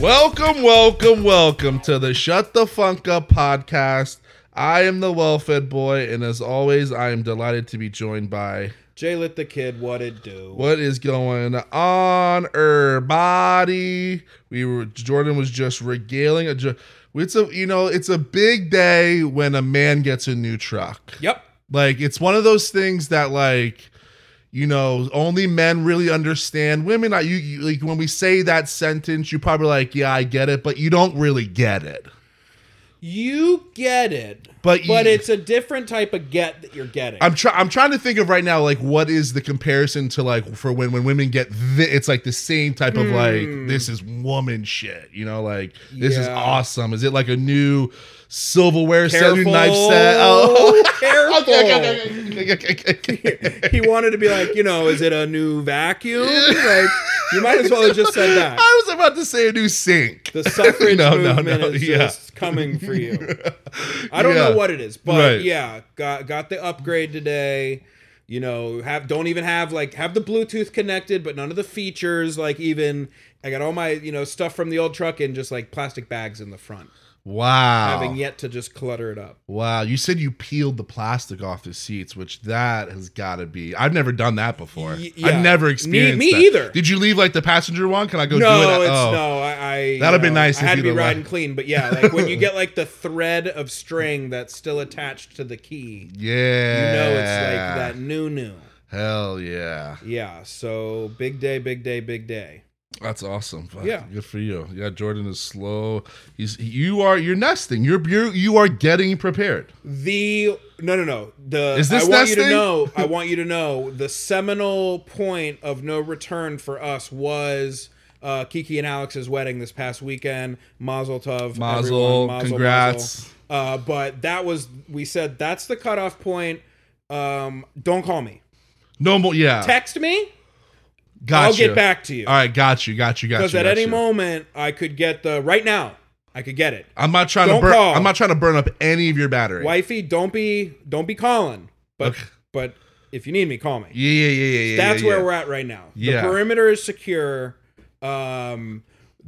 Welcome, welcome, welcome to the Shut the Funk Up podcast. I am the well fed boy, and as always, I am delighted to be joined by Jay lit the kid. What it do? what is going on, everybody. We were Jordan was just regaling a. ju- It's a you know it's a big day when a man gets a new truck. Yep. Like it's one of those things that like you know only men really understand. Women, I you, you like when we say that sentence, you probably like yeah I get it, but you don't really get it. You get it, But you- but it's a different type of get that you're getting. I'm trying. I'm trying to think of right now, like what is the comparison to like for when when women get thi- it's like the same type of like this is woman shit, you know, like this is Hmm. Yeah. awesome. Is it like a new silverware set, careful. new knife set? Oh, careful. okay, okay, okay, okay, okay, okay. He wanted to be like, you know, is it a new vacuum? like, you might as well have just said that. I was about to say a new sink. The suffrage No, no, movement no, is yeah. just coming for you. I don't Yeah. know what it is, but Right. yeah, got got the upgrade today. You know, have don't even have like have the Bluetooth connected, but none of the features. Like even I got all my you know stuff from the old truck in just like plastic bags in the front, Wow. having yet to just clutter it up. Wow, you said you peeled the plastic off the seats, which that has got to be. I've never done that before. Y- I've yeah. never Me- experienced me that. either. Did you leave like the passenger one? Can I go do it? no, at- it's oh. no. I, I That'd you be nice I if had to you'd be allow- riding clean, but yeah, like when you get like the thread of string that's still attached to the key, you Yeah. know, it's like that new new. Hell yeah. Yeah, so big day, big day, big day. That's awesome. Fuck, Yeah. Good for you. Yeah, Jordan is slow. He's you are you're nesting. You're you're you are getting prepared. The no, no, no. The Is this I want you to nesting? know. I want you to know the seminal point of no return for us was. Uh, Kiki and Alex's wedding this past weekend. Mazel tov, Mazel, everyone. Mazel, congrats. mazel. Uh, but that was we said that's the cutoff point. Um, don't call me. No more yeah. Text me. got I'll you. get back to you. All right, got you, got you, got you. Because at got any you. moment I could get the right now. I could get it. I'm not trying to Don't burn call. I'm not trying to burn up any of your battery. wifey don't be don't be calling but Okay. but if you need me call me Yeah, yeah, yeah, yeah, yeah. that's yeah, where yeah. we're at right now Yeah. the perimeter is secure um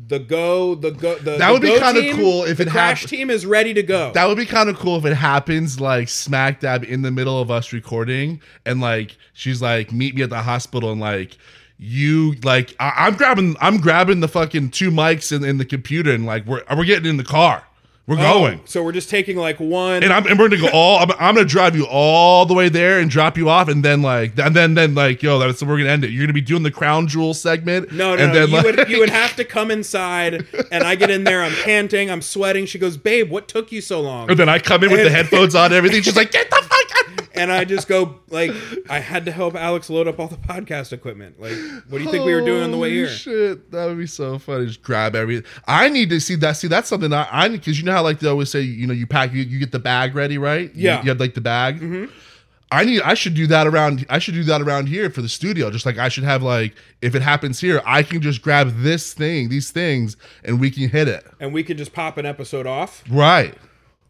the go the go the, That the would be Go kinda team, cool if the it crash hap- team is ready to go That would be kind of cool if it happens like smack dab in the middle of us recording, and like she's like, "Meet me at the hospital," and like you like I- I'm grabbing I'm grabbing the fucking two mics and, and the computer, and like we're we're getting in the car, we're Oh, going, so we're just taking like one and I'm and we're gonna go all I'm, I'm gonna drive you all the way there and drop you off, and then like and then then like yo, that's we're gonna end it. You're gonna be doing the crown jewel segment, no, no, and no. then You, like, would, you would have to come inside, and I get in there. I'm panting. I'm sweating. She goes, "Babe, what took you so long?" and then I come in with the headphones on, and everything. She's like, "Get the fuck out!" and I just go like I had to help Alex load up all the podcast equipment. Like, what do you think we were doing on the way Holy here? Shit, that would be so funny. Just grab everything. I need to see that. See, that's something I I because you know how like they always say, you know, you pack, you, you get the bag ready, right? You- Yeah. Mm-hmm. you, have like the bag. I need. I should do that around. I should do that around here for the studio. Just like I should have like, if it happens here, I can just grab this thing, these things, and we can hit it. and we could just pop an episode off. Right.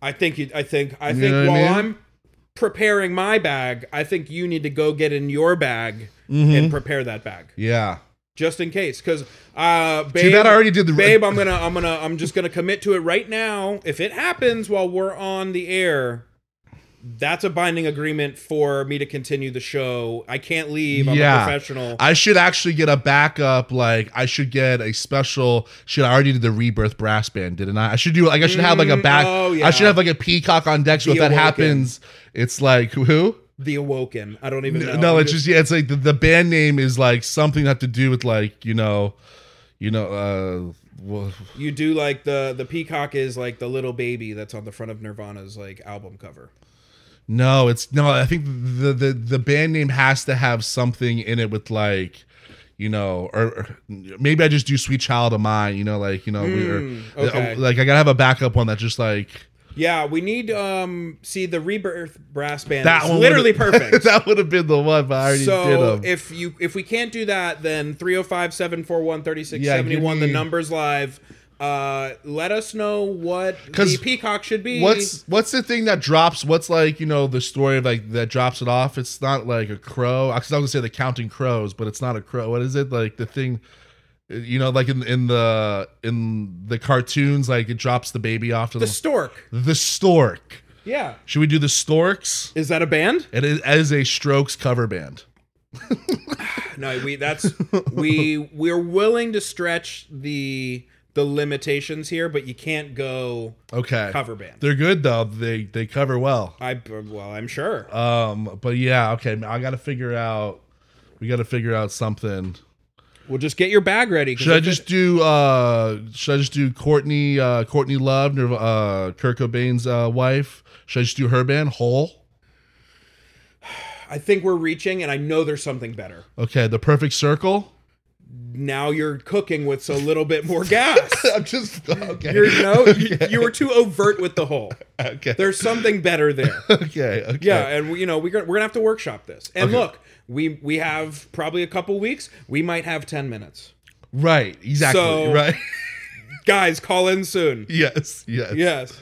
I think you, I think I think know what I while I mean? am preparing my bag, I think you need to go get in your bag Mm-hmm. and prepare that bag Yeah. just in case. Because uh, babe, bad I already did the- babe. I'm gonna I'm gonna I'm just gonna commit to it right now. If it happens while we're on the air. That's a binding agreement for me to continue the show. I can't leave. I'm Yeah. a professional. I should actually get a backup. Like I should get a special. Should I already did the Rebirth brass band? Didn't I? I should do like I should have like a back. oh, I yeah. should have like a peacock on deck. So if The that Awoken. happens, it's like who? the Awoken. I don't even know. No, no I'm it's just yeah. It's like the, the band name is like something that have to do with like you know, you know. uh well, You do like the the peacock is like the little baby that's on the front of Nirvana's like album cover. No, it's no. I think the the the band name has to have something in it with like. You know, or, or maybe I just do "Sweet Child of Mine." You know, like you know, we or, Hmm, uh, okay. like I gotta have a backup one that just like Yeah, we need um see the rebirth brass band. that That one. literally would've- perfect. that would have been the one, but I already did so 'em. if you if we can't do that, then 305-741-3671, Yeah, give the me- numbers live. Uh let us know what 'Cause the peacock should be. what's what's the thing that drops? What's like you know the story of like that drops it off? It's not like a crow. I was gonna say the Counting Crows, but it's not a crow. What is it like the thing? You know, like in in the in the cartoons, like it drops the baby off to The the Stork. the stork. Yeah. Should we do the storks? Is that a band? It is, it is a Strokes cover band. No, we that's we we're willing to stretch the the limitations here, but you can't go Okay, cover band. they're good though. They they cover well. I well, I'm sure. Um, but yeah, okay. I got to figure out. We got to figure out something. Well, just get your bag ready. 'cause Should I if it- just do? uh Should I just do Courtney? uh Courtney Love, Nirv- uh, Kurt Cobain's uh, wife. Should I just do her band? Hole. I think we're reaching, and I know there's something better. Okay, the perfect circle. Now you're cooking with so little bit more gas. I'm just okay. You're, no, you, you were too overt with the whole. okay. There's something better there. okay. Okay. Yeah, and we- you know we're gonna, we're gonna have to workshop this. And Okay. look, we we have probably a couple weeks. We might have ten minutes. Right. Exactly. So- right. Guys, call in soon. yes. Yes. Yes.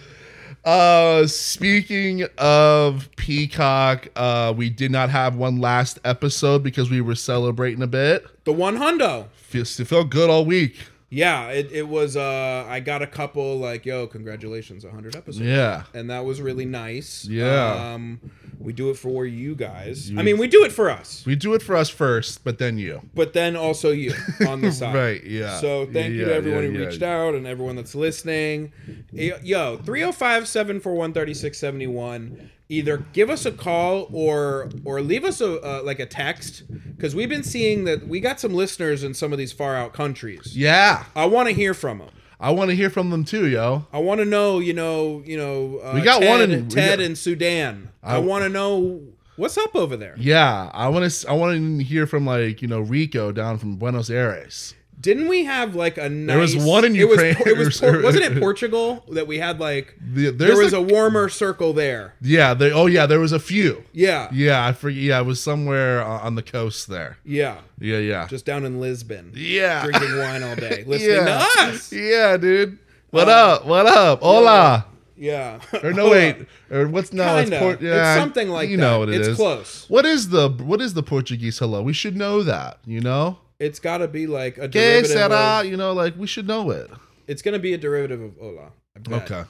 Uh, speaking of Peacock, uh, we did not have one last episode because we were celebrating a bit. The one hundo. Feels it felt good all week. Yeah, it, it was uh I got a couple like, yo, congratulations, hundred episodes. Yeah. And that was really nice. Yeah. Um we do it for you guys. I mean we do it for us, We do it for us first, but then you. but then also you on the side. Right, yeah. So thank you Yeah, to everyone yeah, who yeah. reached out and everyone that's listening. Y- Yo, 305 741 3671. Either give us a call or or leave us a uh, like a text because we've been seeing that we got some listeners in some of these far out countries. Yeah. I want to hear from them. I want to hear from them too, yo. I want to know, you know, you know. Uh, We got Ted, one in- we Ted got- in Sudan. I, want to know what's up over there. Yeah, I want to. I want to hear from like you know Rico down from Buenos Aires. Didn't we have like a nice? was one in it was- Ukraine. It was, Por- wasn't it Portugal that we had like? The- there there's was a, a warmer circle there. yeah. They, oh yeah, there was a few. Yeah, Yeah, I forget. Yeah, it was somewhere uh, on the coast there. yeah. Yeah, yeah, Just down in Lisbon, yeah. drinking wine all day, listening yeah. to us. Um, Yeah, dude. What up? What up? Hola. Yeah. Or no, wait. Or what's no? Kinda. It's, Port- It's yeah, something like you that. know what it It's is. close. What is the what is the Portuguese hello? We should know that. You know. It's got to be like a Que derivative. será? Of, You know, like we should know it. it's gonna be a derivative of hola. I bet. Okay.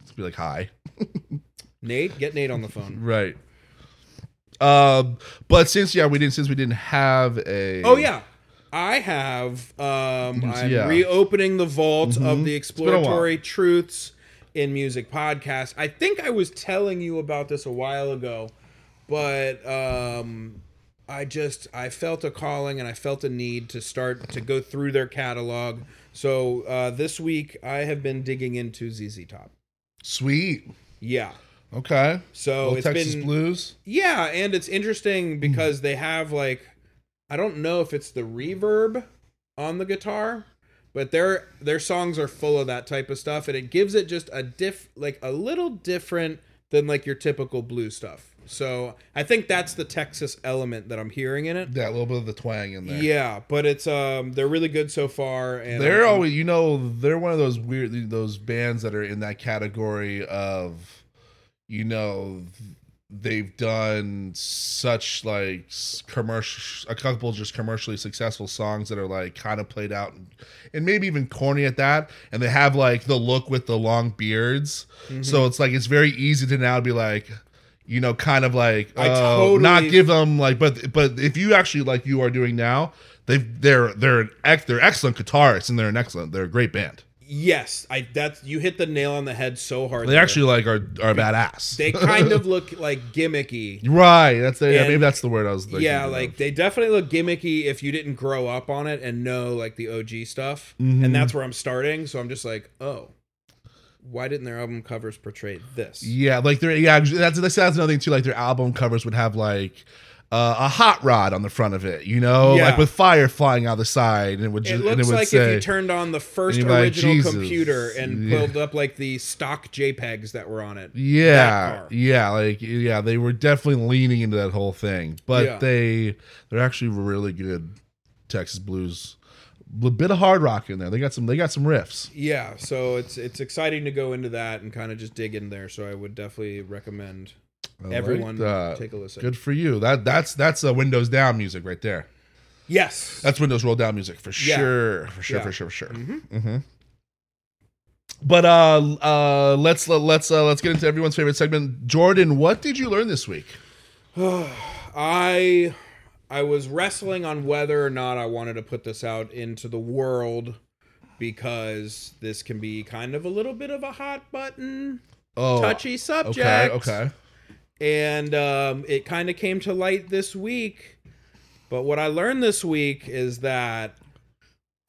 Let's be like hi. Nate, get Nate on the phone. Right. Um, but since yeah, we didn't since we didn't have a Oh yeah. I have um I'm Mm, yeah. Mm-hmm. reopening the vault of the been a while. exploratory truths in music podcast. I think I was telling you about this a while ago, but um I just I felt a calling and I felt a need to start to go through their catalog. So uh this week I have been digging into ZZ Top. sweet. Yeah. Okay. So Little it's Texas been Blues. yeah, and it's Hmm. interesting because they have like I don't know if it's the reverb on the guitar, but their their songs are full of that type of stuff and it gives it just a diff like a little different than like your typical blues stuff. So, I think that's the Texas element that I'm hearing in it. Yeah, a little bit of the twang in there. Yeah, but it's um they're really good so far and They're I'm- always, you know, they're one of those weird those bands that are in that category of, you know, they've done such like s- commercial, a couple just commercially successful songs that are like kind of played out and, and maybe even corny at that, and they have like the look with the long beards, Mm-hmm. so it's like it's very easy to now be like. You know, kind of like I oh, totally- not give them like, but but if you actually like you are doing now, they they're they're an ex, they're excellent guitarists and they're an excellent they're a great band. yes, I that's you hit the nail on the head so hard. They there. actually like are are badass. they kind of look like gimmicky. right. That's the, yeah, And- maybe that's the word I was. thinking yeah of. like they definitely look gimmicky if you didn't grow up on it and know like the og stuff Mm-hmm. and that's where i'm starting so i'm just like oh why didn't their album covers portray this yeah, like they're yeah. That's that's that's another thing too. Like their album covers would have like. Uh, a hot rod on the front of it, you know, Yeah. like with fire flying out the side, and it would it just and it looks would like say, if you turned on the first and you're like, original "Jesus." computer and Yeah. pulled up like the stock jpegs that were on it that yeah, car. yeah, like yeah, they were definitely leaning into that whole thing, but Yeah. they they're actually really good Texas blues, a bit of hard rock in there. They got some they got some riffs. yeah so it's it's exciting to go into that and kind of just dig in there so i would definitely recommend I like everyone that. take a listen Good for you. That that's that's a windows down uh, music right there. Yes. That's Windows roll down music for Yeah. sure, for sure, Yeah. for sure, for sure. Mhm. Mhm. But uh, uh, let's let's uh, let's get into everyone's favorite segment. Jordan, what did you learn this week? I I was wrestling on whether or not I wanted to put this out into the world because this can be kind of a little bit of a hot button, Oh, touchy subject. okay, okay. and um, it kind of came to light this week. But what I learned this week is that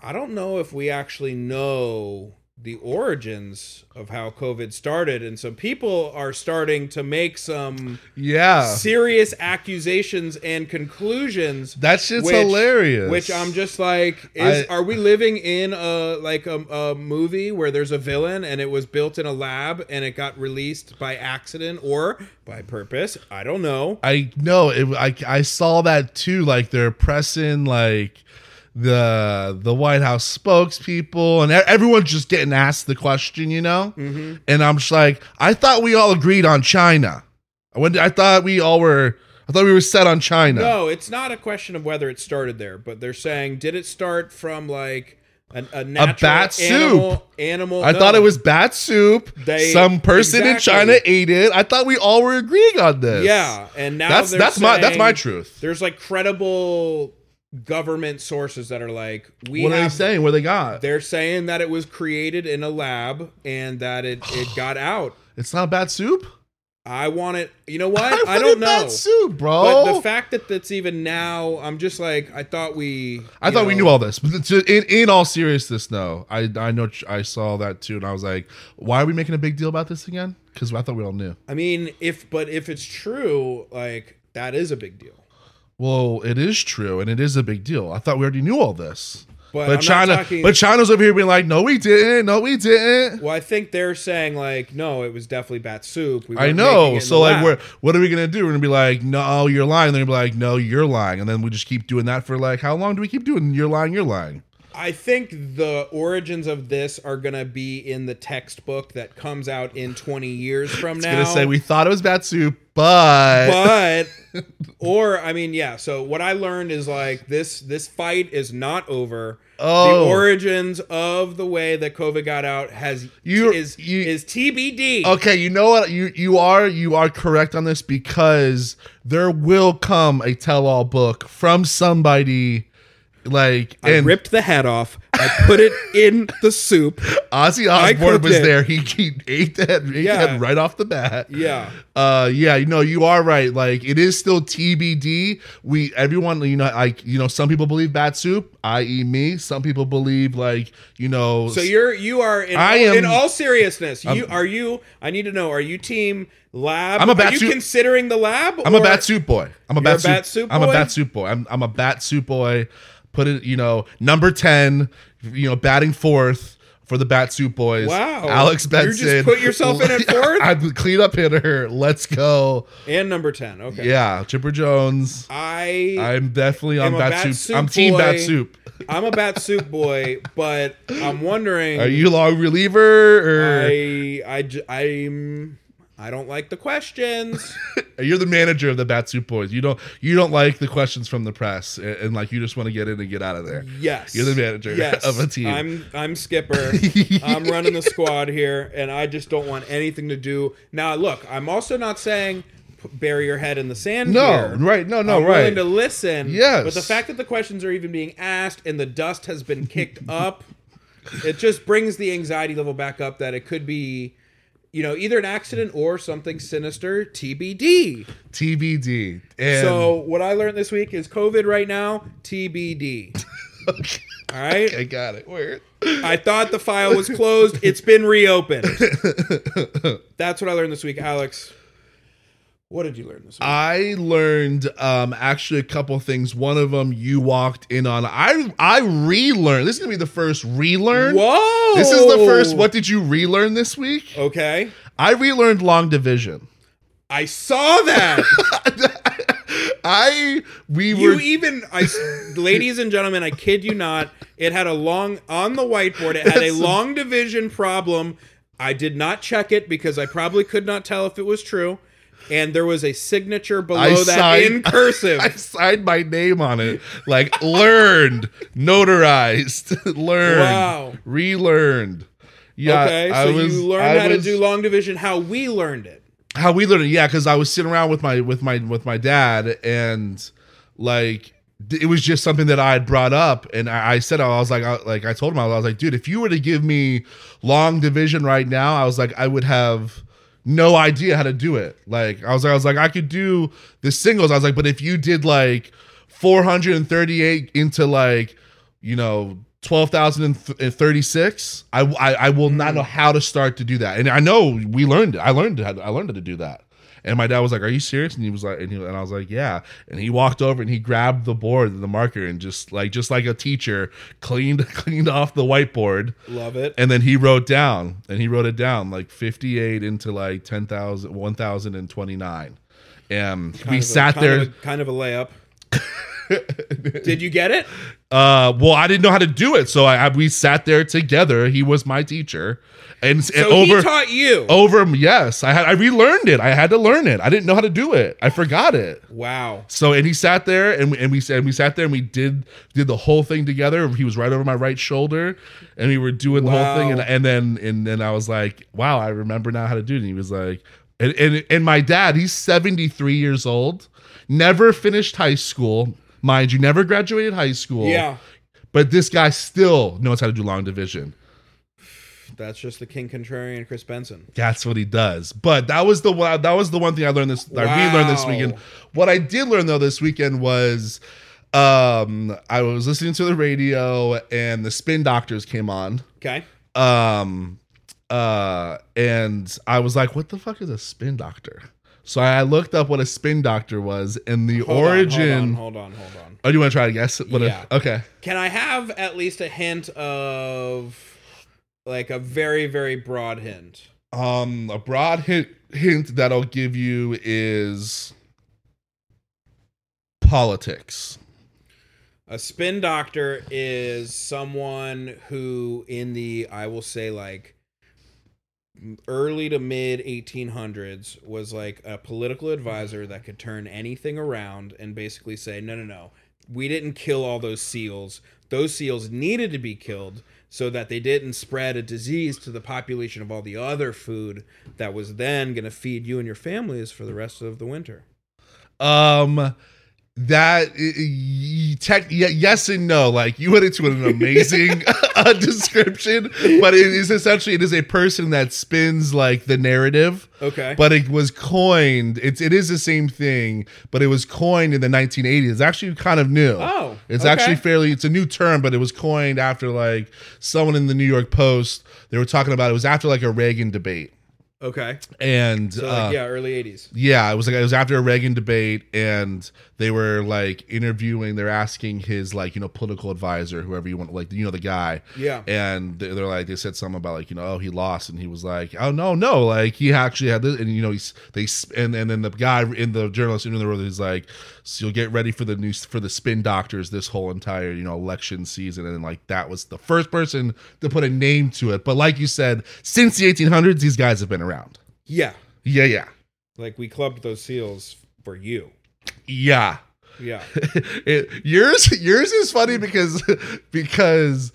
I don't know if we actually know the origins of how COVID started, and so people are starting to make some Yeah, serious accusations and conclusions. that shit's which- hilarious. Which I'm just like, is I- are we living in a like a, a movie where there's a villain and it was built in a lab and it got released by accident or by purpose? I don't know. I know it, I I saw that too. Like they're pressing like the the White House spokespeople and e- everyone's just getting asked the question, you know. Mhm. And I'm just like, I thought we all agreed on China. I went. I thought we all were. I thought we were set on China. No, it's not a question of whether it started there, but they're saying did it start from like an, a natural bat soup. animal, Animal. I no. thought it was bat soup. They- Some person in exactly. China ate it. I thought we all were agreeing on this. Yeah, and now that's they're that's my that's my saying- truth. There's like credible government sources that are like we What are they have saying? What they got? They're saying that it was created in a lab and that it, it got out. It's not bat soup. I want it. You know what? I, wanted don't know. Bat soup, bro. But the fact that that's even now, I'm just like, I thought we. I you thought we know- knew all this, but to, in, in all seriousness, no. I I know I saw that too, and I was like, why are we making a big deal about this again? Because I thought we all knew. I mean, if but if it's true, like that is a big deal. Well, it is true, and it is a big deal. I thought we already knew all this, But, but I'm China, not talking. but China's over here being like, no, we didn't, no, we didn't. well, I think they're saying like, no, it was definitely bat soup. We I weren't making it know. in So the like, lab. we're what are we gonna do? We're gonna be like, no, you're lying. They're gonna be like, no, you're lying, and then we just keep doing that for like how long do we keep doing? You're lying, you're lying. I think the origins of this are gonna be in the textbook that comes out in 20 years from now. Gonna say we thought it was bat soup, but, but or I mean, yeah. So what I learned is like this: this fight is not over. Oh. The origins of the way that COVID got out has You- is you- is TBD. Okay, you know what? You you are you are correct on this because there will come a tell-all book from somebody like I and ripped the head off. I put it in the soup. Ozzy Osbourne cooked was it. there. He, he ate that ate Yeah. that right off the bat. Yeah. Uh yeah, you know, you are right. Like it is still TBD. We everyone, you know, like you know, some people believe bat soup, i.e. me. Some people believe like, you know, So you're you are in, I all, am- in all seriousness. You are you? I need to know. Are you team lab? I'm a Are bat you soup- considering the lab? I'm a or- bat soup boy. I'm a bat, a soup, bat soup I'm a boy? bat soup boy. I'm I'm a bat soup boy. Put it, you know, number ten. You know, batting fourth for the bat soup boys. Wow. Alex You just Benson. put yourself in at fourth? I'm the cleanup hitter. Let's go. and number ten. Okay. Yeah, Chipper Jones. I I'm definitely on am a bat, bat soup. soup I'm team bat boy. soup. I'm a bat soup boy, but I'm wondering. Are you long reliever or I I j- I'm I don't like the questions. you're the manager of the bat soup boys? You don't you don't like the questions from the press and, and like you just want to get in and get out of there. Yes, You're the manager of a team. I'm I'm skipper. I'm running the squad here, and I just don't want anything to do. Now, look, I'm also not saying p- bury your head in the sand. No, here. right. No, no, I'm right. willing to listen. Yes. but the fact that the questions are even being asked and the dust has been kicked up, it just brings the anxiety level back up. That it could be, you know, either an accident or something sinister. TBD. TBD. And so what I learned this week is COVID right now. TBD. Okay, All right. I got it. Word. I thought the file was closed. It's been reopened. That's what I learned this week, Alex. What did you learn this week? I learned um, actually a couple things. One of them you walked in on. I I relearned. This is gonna be the first relearn. Whoa! This is the first. What did you relearn this week? Okay, I relearned long division. I saw that. I we you were even, I, s- ladies and gentlemen, I kid you not. It had a long on the whiteboard. It had a long division problem. I did not check it because I probably could not tell if it was true. and there was a signature below I that signed- in cursive. I signed my name on it, like learned, notarized, learned, Wow. relearned. Yeah, okay, I so was, you learned I how was- to do long division how we learned it. how we learned it yeah because i was sitting around with my with my with my dad and like d- it was just something that i had brought up and i, I said i was like I, like i told him i was like dude if you were to give me long division right now i was like i would have no idea how to do it like i was i was like i could do the singles i was like but if you did like 438 into like you know 12,036 I, I I will Mm. not know how to start to do that and I know we learned it. I learned how to, I learned how to do that and my dad was like are you serious and he was like and, he, and I was like yeah and he walked over and he grabbed the board and the marker and just like just like a teacher cleaned cleaned off the whiteboard Love it. and then he wrote down and he wrote it down like 58 into like 10,000 1029 and we Kind of a- sat kind there of a- kind of a layup. Did you get it? uh well i didn't know how to do it so i, I we sat there together he was my teacher and, and So over Oh. he taught you. over yes i had i relearned it i had to learn it i didn't know how to do it i forgot it Wow. so and he sat there and we and we and we sat there and we did did the whole thing together. He was right over my right shoulder, and we were doing the whole thing. And Wow. and then and then I was like, wow, I remember now how to do it. And he was like, and and, and my dad, he's seventy three years old, never finished high school, mind you, never graduated high school. Yeah. but this guy still knows how to do long division. That's just the King Contrarian Chris Benson. That's what he does. But that was the one. That was the one thing I learned this. that we learned this Wow. weekend. What I did learn though this weekend was, um, I was listening to the radio and the Spin Doctors came on. Okay. Um, uh, and I was like, "What the fuck is a Spin Doctor?" So I looked up what a Spin Doctor was, and the Hold on, origin. hold on, hold on, hold on. Oh, you want to try to guess? What a- Yeah. okay. Can I have at least a hint of like a very, very broad hint? Um, a broad hint, hint that I'll give you is politics. A spin doctor is someone who, in the, I will say, like early to mid 1800s, was like a political advisor that could turn anything around and basically say, no, no, no, we didn't kill all those seals. Those seals needed to be killed so that they didn't spread a disease to the population of all the other food that was then going to feed you and your families for the rest of the winter. Um, that y- y- tech, y- yes and no. Like you went into an amazing uh, description, but it is essentially it is a person that spins like the narrative. Okay. But it was coined. It's it is the same thing, but it was coined in the 1980s. It's actually kind of new. Oh, it's okay. actually fairly. It's a new term, but it was coined after like someone in the New York Post. They were talking about it was after like a Reagan debate, okay. and So, uh, like, yeah, early 80s. yeah, it was like it was after a Reagan debate, and they were like interviewing. They're asking his like you know political advisor, whoever you want, like you know the guy. Yeah. And they- they're like they said something about like you know oh he lost, and he was like oh no no like he actually had this, and you know he's they s- and and then the guy in the journalist in the room he's like so you'll get ready for the news for the spin doctors this whole entire you know election season, and like that was the first person to put a name to it. But like you said, since the 1800s, these guys have been around. Yeah. Yeah, yeah, Like we clubbed those seals for you. yeah. Yeah. it, yours yours is funny because because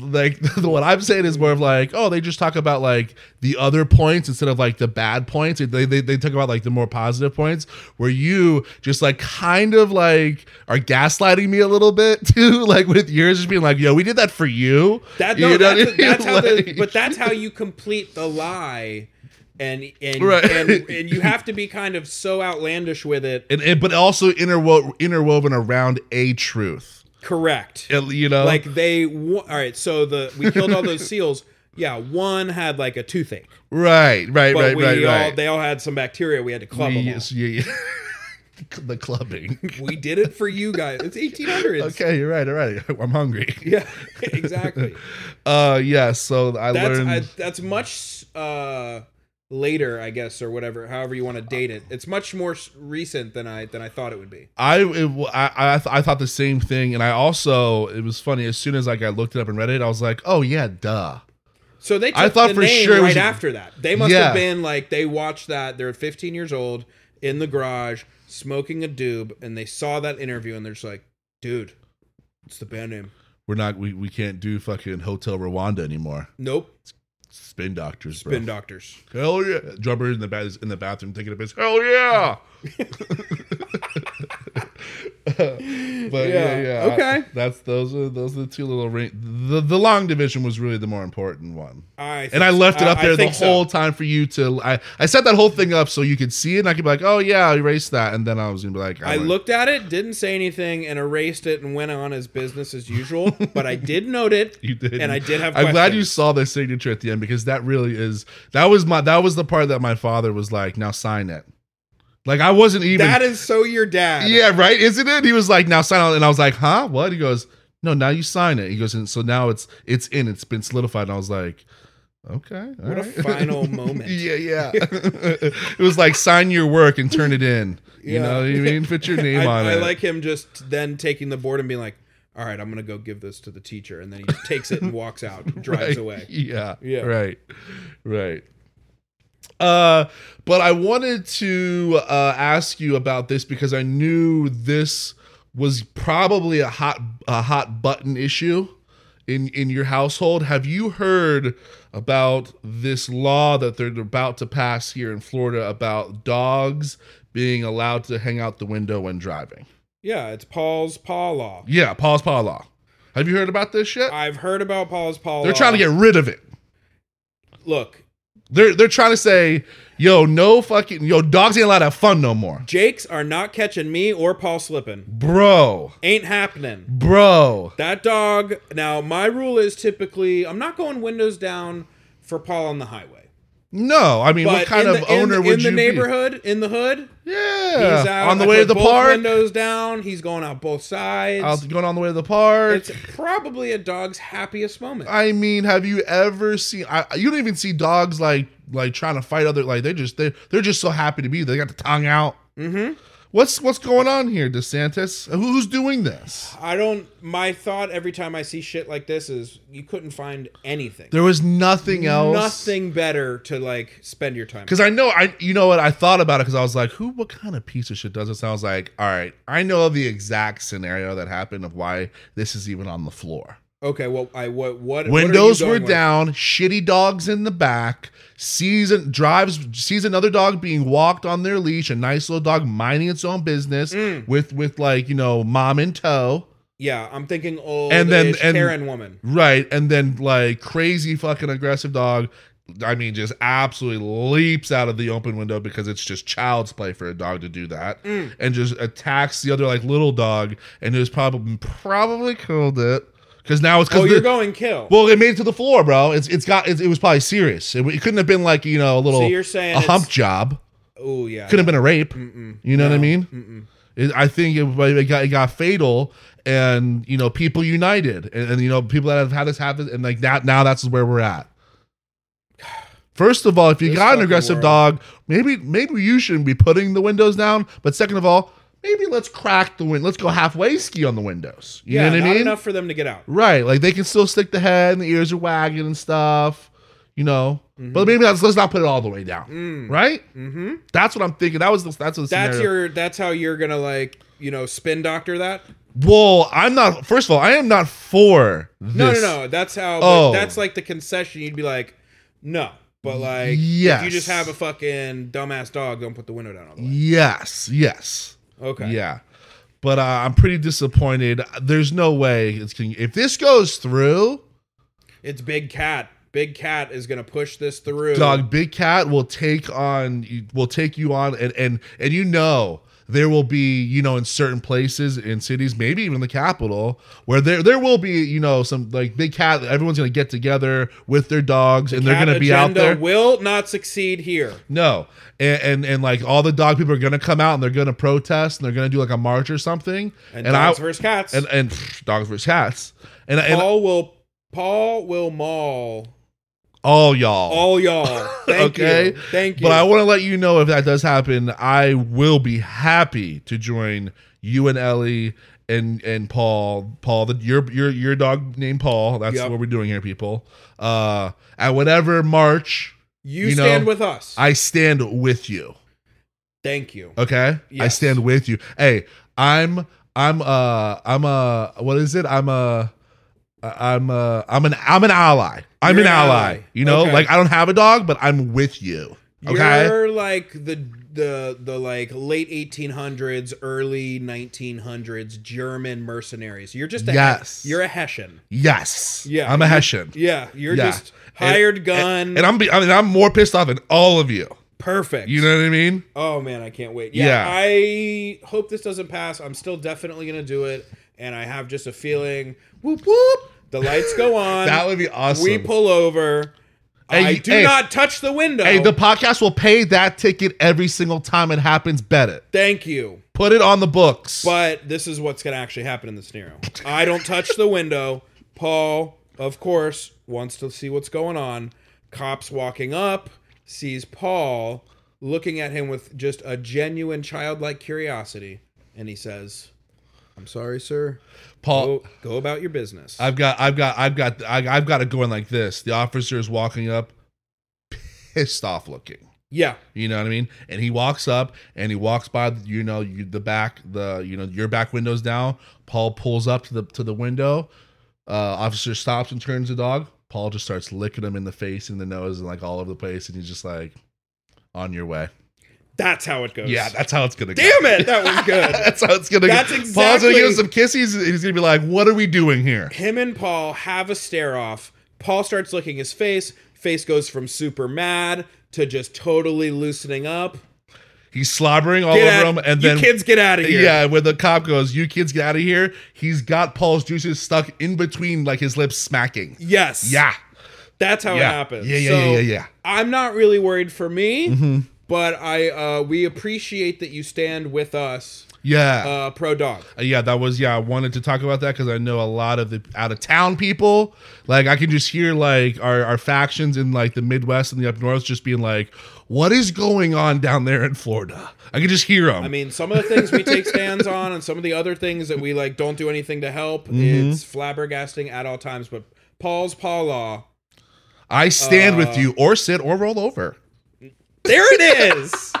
like what I'm saying is more of like oh they just talk about like the other points instead of like the bad points they they, they talk about like the more positive points where you just like kind of like are gaslighting me a little bit too like with yours just being like yo we did that for you That You no, know that's, what I mean? that's how the Like- but that's how you complete the lie. And and, Right. and and you have to be kind of so outlandish with it. and, and but also interwo- interwoven around a truth Correct. you know Like they wa- all right, so the we killed all those seals. Yeah, one had like a toothache. right right But right we right all right they all had some bacteria we had to club them all. Yes, yeah, yeah. the clubbing. We did it for you guys. It's 1800s. Okay, you're right. All right, I'm hungry. Yeah, exactly. Uh, yeah. So I that's learned. I, that's much uh later i guess or whatever however you want to date it it's much more s- recent than i than i thought it would be I, it, I I I thought the same thing, and I also it was funny. As soon as like I looked it up and read it, I was like, oh yeah, duh. So they took I thought the for name sure it right was- after that. They must Yeah. have been like they watched that. They're 15 years old in the garage smoking a doob, and they saw that interview, and they're just like, "Dude, it's the band name." We're not. We, we can't do fucking Hotel Rwanda anymore. Nope, Spin doctors, bro. Spin Doctors. Hell yeah! Drummer in the ba- in the bathroom taking a piss. Hell yeah! but yeah, Yeah, yeah. okay. that's those are those are the two little ring. The the long division was really the more important one, I think- and I left it up there the think so. whole time for you to. I I set that whole thing up so you could see it, and I could be like, oh yeah, I erased that, and then I was gonna be like, I went- looked at it, didn't say anything, and erased it, and went on as business as usual. but I did note it. You did, And I did have I'm glad questions. you saw their signature at the end because that really is that was my that was the part that my father was like, now sign it. Like I wasn't even That is so your dad. Yeah, right. Isn't it? He was like, now sign on. And I was like, huh? What? He goes, no, now you sign it. He goes, and so now it's it's in. It's been solidified. And I was like, okay. all What a right." final moment. yeah, yeah. it was like sign your work and turn it in. You Yeah. know what I mean? Put your name I, on I it. like him just then taking the board and being like, "All right, I'm gonna go give this to the teacher," and then he just takes it and walks out, and drives right. away. Yeah. Yeah. Right. Right. Uh, but I wanted to uh, ask you about this because I knew this was probably a hot a hot button issue in in your household. Have you heard about this law that they're about to pass here in Florida about dogs being allowed to hang out the window when driving? Yeah, it's Paul's paw law. Yeah, Paul's paw law. Have you heard about this shit? I've heard about Paul's paw. They're law. trying to get rid of it. look. They're they're trying to say, yo, no fucking yo, dogs ain't allowed to have fun no more. Jakes are not catching me or Paul slipping. Bro. Ain't happening. Bro. That dog. Now, my rule is typically I'm not going windows down for Paul on the highway. No. I mean, But what kind in of the, in owner the- would in you the neighborhood, in the hood, be? Yeah. he's out on the I way to put the both park. Windows down. He's going out both sides. Out going on the way to the park. it's probably a dog's happiest moment. I mean, have you ever seen I, you don't even see dogs like like trying to fight other like they just they they're just so happy to be there. They got the tongue out. mm-hmm. What's what's going on here, DeSantis? Who- Who's doing this? I don't. My thought every time I see shit like this is you couldn't find anything, There was nothing else. nothing better to like spend your time. Because I know I, you know what I thought about it because I was like, who, what kind of piece of shit does this? And I was like, all right, I know the exact scenario that happened of why this is even on the floor. Okay, well, I what what what are you Windows were going with? down, shitty dogs in the back. Sees and drives, sees another dog being walked on their leash. A nice little dog minding its own business Mm. with with like you know mom in tow. Yeah, I'm thinking old And and then- then and- Karen woman. Right. And then like crazy fucking aggressive dog. I mean, just absolutely leaps out of the open window because it's just child's play for a dog to do that, Mm. and just attacks the other like little dog, and it was probably probably killed it because now it's Oh, because you're going kill. well, it made it to the floor, bro. It's it's got it's, it was probably serious. It, it couldn't have been like you know a so little you're saying a hump job. Oh yeah. Could have been a rape. Mm-mm. You know what I No. mean? Mm-mm. It, I think it, but it got it got fatal, and you know people united, and, and you know people that have had this happen, and like that now that's where we're at. First of all, if you This got an fucking aggressive world. dog, maybe maybe you shouldn't be putting the windows down. But second of all, maybe let's crack the wind. Let's go halfway ski on the windows. You yeah, know what I not mean? enough for them to get out. Right, like they can still stick the head, and the ears are wagging and stuff. You know, but maybe let's, let's not put it all the way down. Right? Mm-hmm. That's what I'm thinking. That was the, that's what the That's scenario- your. That's how you're gonna like you know spin doctor that. Well, I'm not. First of all, I am not for this. No, no, no. That's how. Oh. but That's like the concession. You'd be like, no, but like, yeah, if Yes. you just have a fucking dumbass dog, don't put the window down all the way. Yes, yes, Okay. yeah. But uh, I'm pretty disappointed. There's no way it's going if this goes through. It's Big Cat. Big Cat is gonna push this through. Dog, Big Cat will take on will take you on, and and and you know there will be you know in certain places in cities, maybe even the capital, where there there will be you know some like Big Cat. Everyone's gonna get together with their dogs, and they're Cat gonna be out agenda there. Will not succeed here. No, and, and and like all the dog people are gonna come out and they're gonna protest and they're gonna do like a march or something. And, And dogs I- versus cats. And and pfft, dogs versus cats. And and Paul will. Paul will maul all y'all. all y'all. Thank Okay. you. Thank you. but I want to let you know if that does happen, I will be happy to join you and Ellie and and Paul, Paul, the, your your your dog named Paul. That's Yep. what we're doing here, people. Uh, at whatever march, You, You know, stand with us. I stand with you. Thank you. Okay, I Yes. stand with you. Hey, I'm I'm uh I'm a what is it? I'm a I'm a I'm an I'm an ally. I'm You're an an ally. ally. You know, Okay. like I don't have a dog, but I'm with you. Okay. You're like the the the like late 1800s, early 1900s German mercenaries. You're just a Yes. You're a Hessian. yes. Yeah, I'm a you- Hessian. Yeah, you're Yeah. just hired gun. And I'm be, I mean, I'm more pissed off than all of you. perfect. You know what I mean? Oh man, I can't wait. Yeah. Yeah, I hope this doesn't pass. I'm still definitely gonna do it, and I have just a feeling. Whoop whoop. The lights go on. That would be awesome. we pull over. Hey, I you- do hey. not touch the window. hey, the podcast will pay that ticket every single time it happens. Bet it. Thank you. Put it on the books. But this is what's going to actually happen in the scenario. I don't touch the window. Paul, of course, wants to see what's going on. Cops walking up, sees Paul looking at him with just a genuine childlike curiosity, and he says, "I'm sorry, sir. Paul, Go, go about your business." I've got, I've got, I've got, I, I've got it going like this. The officer is walking up, pissed off looking. yeah, You know what I mean? And he walks up and he walks by, you know, you, the back, the you know, your back window's down. Paul pulls up to the to the window. Uh, officer stops and turns the dog. Paul just starts licking him in the face and the nose and like all over the place, and he's just like, "On your way." that's how it goes. Yeah, that's how it's gonna go. damn it, that was good. That's how it's gonna That's go. Paul's gonna give him exactly- some kisses, and he's gonna be like, "What are we doing here?" him and Paul have a stare off. Paul starts licking his face. Face goes from super mad to just totally loosening up. He's slobbering all Get over out- him, and you then kids get out of here. yeah, when the cop goes, "You kids get out of here," he's got Paul's juices stuck in between, like his lips smacking. Yes. Yeah, That's how Yeah. it happens. Yeah, yeah, So, yeah, yeah, yeah. Mm-hmm. I'm not really worried for me, but I uh, we appreciate that you stand with us, yeah, uh, pro dog. Uh, yeah. That was yeah. I wanted to talk about that because I know a lot of the out of town people. Like I can just hear like our our factions in like the Midwest and the up north just being like, "What is going on down there in Florida?" I can just hear them. I mean, some of the things we take stands on, and some of the other things that we like don't do anything to help. Mm-hmm. It's flabbergasting at all times. But Paul's paw law. I stand uh, with you, or sit, or roll over. There it is.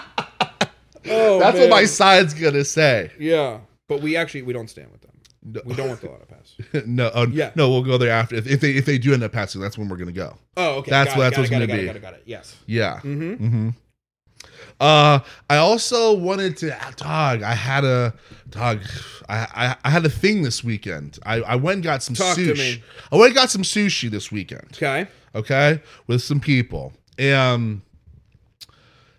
oh, That's what man. my side's gonna say. Yeah, but we actually we don't stand with them. We don't want the law to pass. no, oh, Yeah. no, we'll go there after if, if they if they do end up passing. That's when we're gonna go. Oh, okay. That's got it, what- that's got what's it, got gonna it, got it, be. Got it, got it, Yes. Yeah. Mm-hmm. Uh, I also wanted to ah, dog. I had a dog. I, I I had a thing this weekend. I I went and got some Talk to sushi. me. I went and got some sushi this weekend. Okay. Okay, with some people. Um.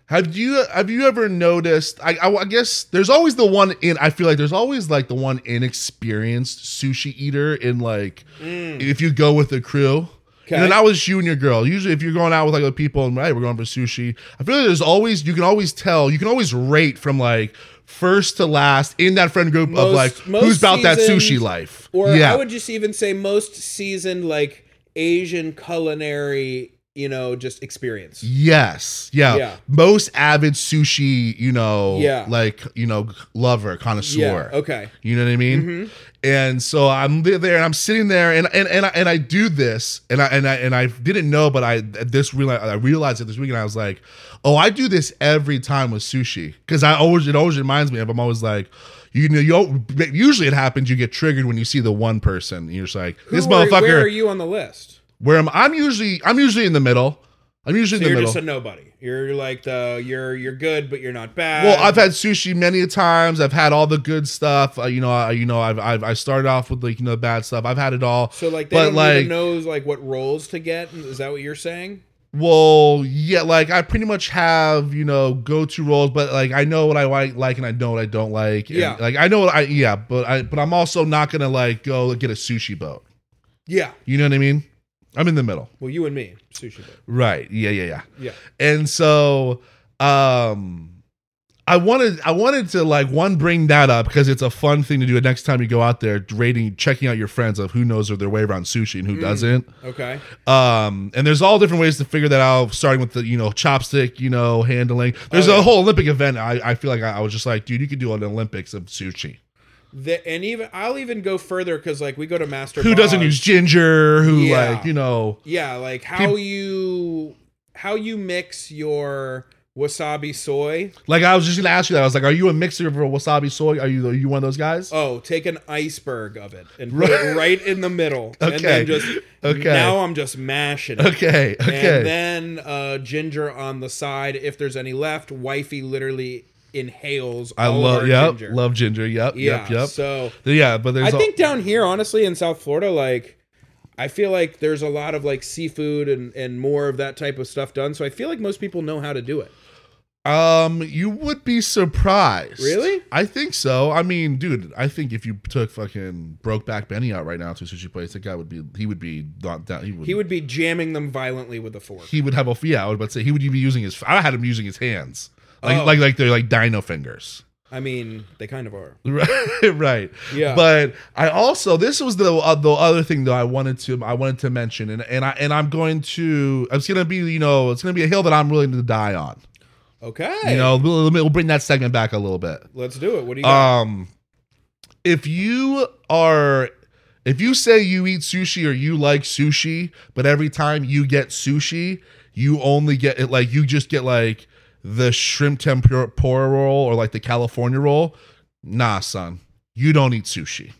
Have you have you ever noticed? I, I I guess there's always the one in. I feel like there's always like the one inexperienced sushi eater in like if you go with the crew. And then Mm. Okay. I was you and your girl. Usually, if you're going out with like other people and right, we're going for sushi. I feel like there's always you can always tell you can always rate from like first to last in that friend group of Most- like most who's about that seasons sushi life. Or yeah, I would just even say most seasoned like Asian culinary, you know, just experience. Yes. Yeah. Yeah. Most avid sushi, you know, Yeah. like, you know, lover, connoisseur. Yeah. Okay. Mm-hmm. You know what I mean? And so I'm li- there and I'm sitting there and and and I, and I do this and I and I and I didn't know but I this reali I realized it this weekend I was like, "Oh, I do this every time with sushi cuz I always it always reminds me of I'm always like, you know, you al- usually it happens you get triggered when you see the one person and you're just like, Who this are- motherfucker Where where, are you on the list? am I'm usually I'm usually in the middle. I'm usually in You're the middle. just a nobody. You're like the you're you're good, but you're not bad. Well, I've had sushi many a times. I've had all the good stuff. Uh, you know, I, you know, I've, I've I started off with like you know the bad stuff. I've had it all. so like they but don't like, even know like what roles to get. Is that what you're saying? well, yeah, like I pretty much have you know go to roles, but like I know what I like, like, and I know what I don't like. and, Yeah. like I know what I yeah, but I but I'm also not gonna like go get a sushi boat. Yeah. You know what I mean? I'm in the middle. Well, you and me, sushi. Boat. Right. Yeah. Yeah. Yeah. Yeah. And so um I wanted I wanted to like one bring that up because it's a fun thing to do next time you go out there rating checking out your friends of who knows their way around sushi Mm. and who doesn't. Okay. Um and there's all different ways to figure that out starting with the you know chopstick, you know, handling. There's Oh, a yeah. whole Olympic event. I, I feel like I, I was just like, dude, you could do an Olympics of sushi. The, and even I'll even go further because like we go to master. Who doesn't Bond. use ginger? Who Yeah. like you know? Yeah, like how you how you mix your wasabi soy. Like I was just gonna ask you that. I was like, are you a mixer for wasabi soy? Are you are you one of those guys? Oh, take an iceberg of it and put it right in the middle, and Okay. then just Okay. now I'm just mashing. It. okay, okay. Oh, And then uh, ginger on the side, if there's any left. Wifey literally inhales. I all of love our yep, ginger. love ginger. Yep, yeah. yep, yep. So yeah, but there's I al- think down here, honestly, in South Florida, like I feel like there's a lot of like seafood and and more of that type of stuff done. So I feel like most people know how to do it. Um, you would be surprised. Really? I think so. I mean, dude, I think if you took fucking Brokeback Benny out right now to a sushi place, that guy would be he would be not down. He would He would be jamming them violently with a fork. he would have a yeah. I would about to say he would be using his. I had him using his hands like Oh. like like they're like dino fingers. I mean, they kind of are. Right, right. Yeah. But I also this was the uh, the other thing that I wanted to I wanted to mention, and and I and I'm going to it's gonna be you know it's gonna be a hill that I'm willing to die on. Okay. You know, we'll, we'll bring that segment back a little bit. Let's do it. What do you got? Um, if you are, if you say you eat sushi or you like sushi, but every time you get sushi, you only get it like you just get like the shrimp tempura roll or like the California roll. Nah, son, you don't eat sushi.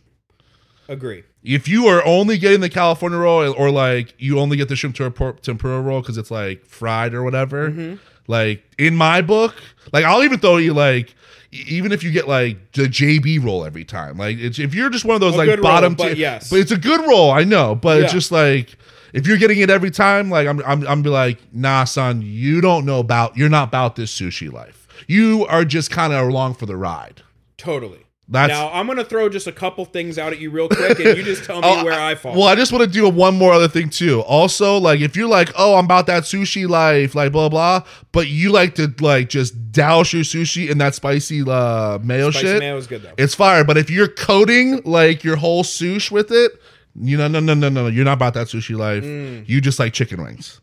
Agree. If you are only getting the California roll or like you only get the shrimp tempura tempura roll because it's like fried or whatever, Mm-hmm. like in my book, like I'll even throw you like e- even if you get like the JB roll every time, like it's, if you're just one of those A good like roll, bottom, but tier- yes. but it's a good roll, I know, but it's Yeah. just like if you're getting it every time, like I'm I'm I'm be like nah, son, you don't know about you're not about this sushi life. You are just kind of along for the ride. Totally. That's now I'm gonna throw just a couple things out at you real quick, and you just tell me Oh, where I fall. Well, I just want to do one more other thing too. Also, like if you're like, oh, I'm about that sushi life, like blah blah, but you like to like just douse your sushi in that spicy uh, mayo Spicy shit, mayo is good though. it's fire. But if you're coating like your whole sushi with it, you know, no, no, no, no, you're not about that sushi life. Mm. You just like chicken wings.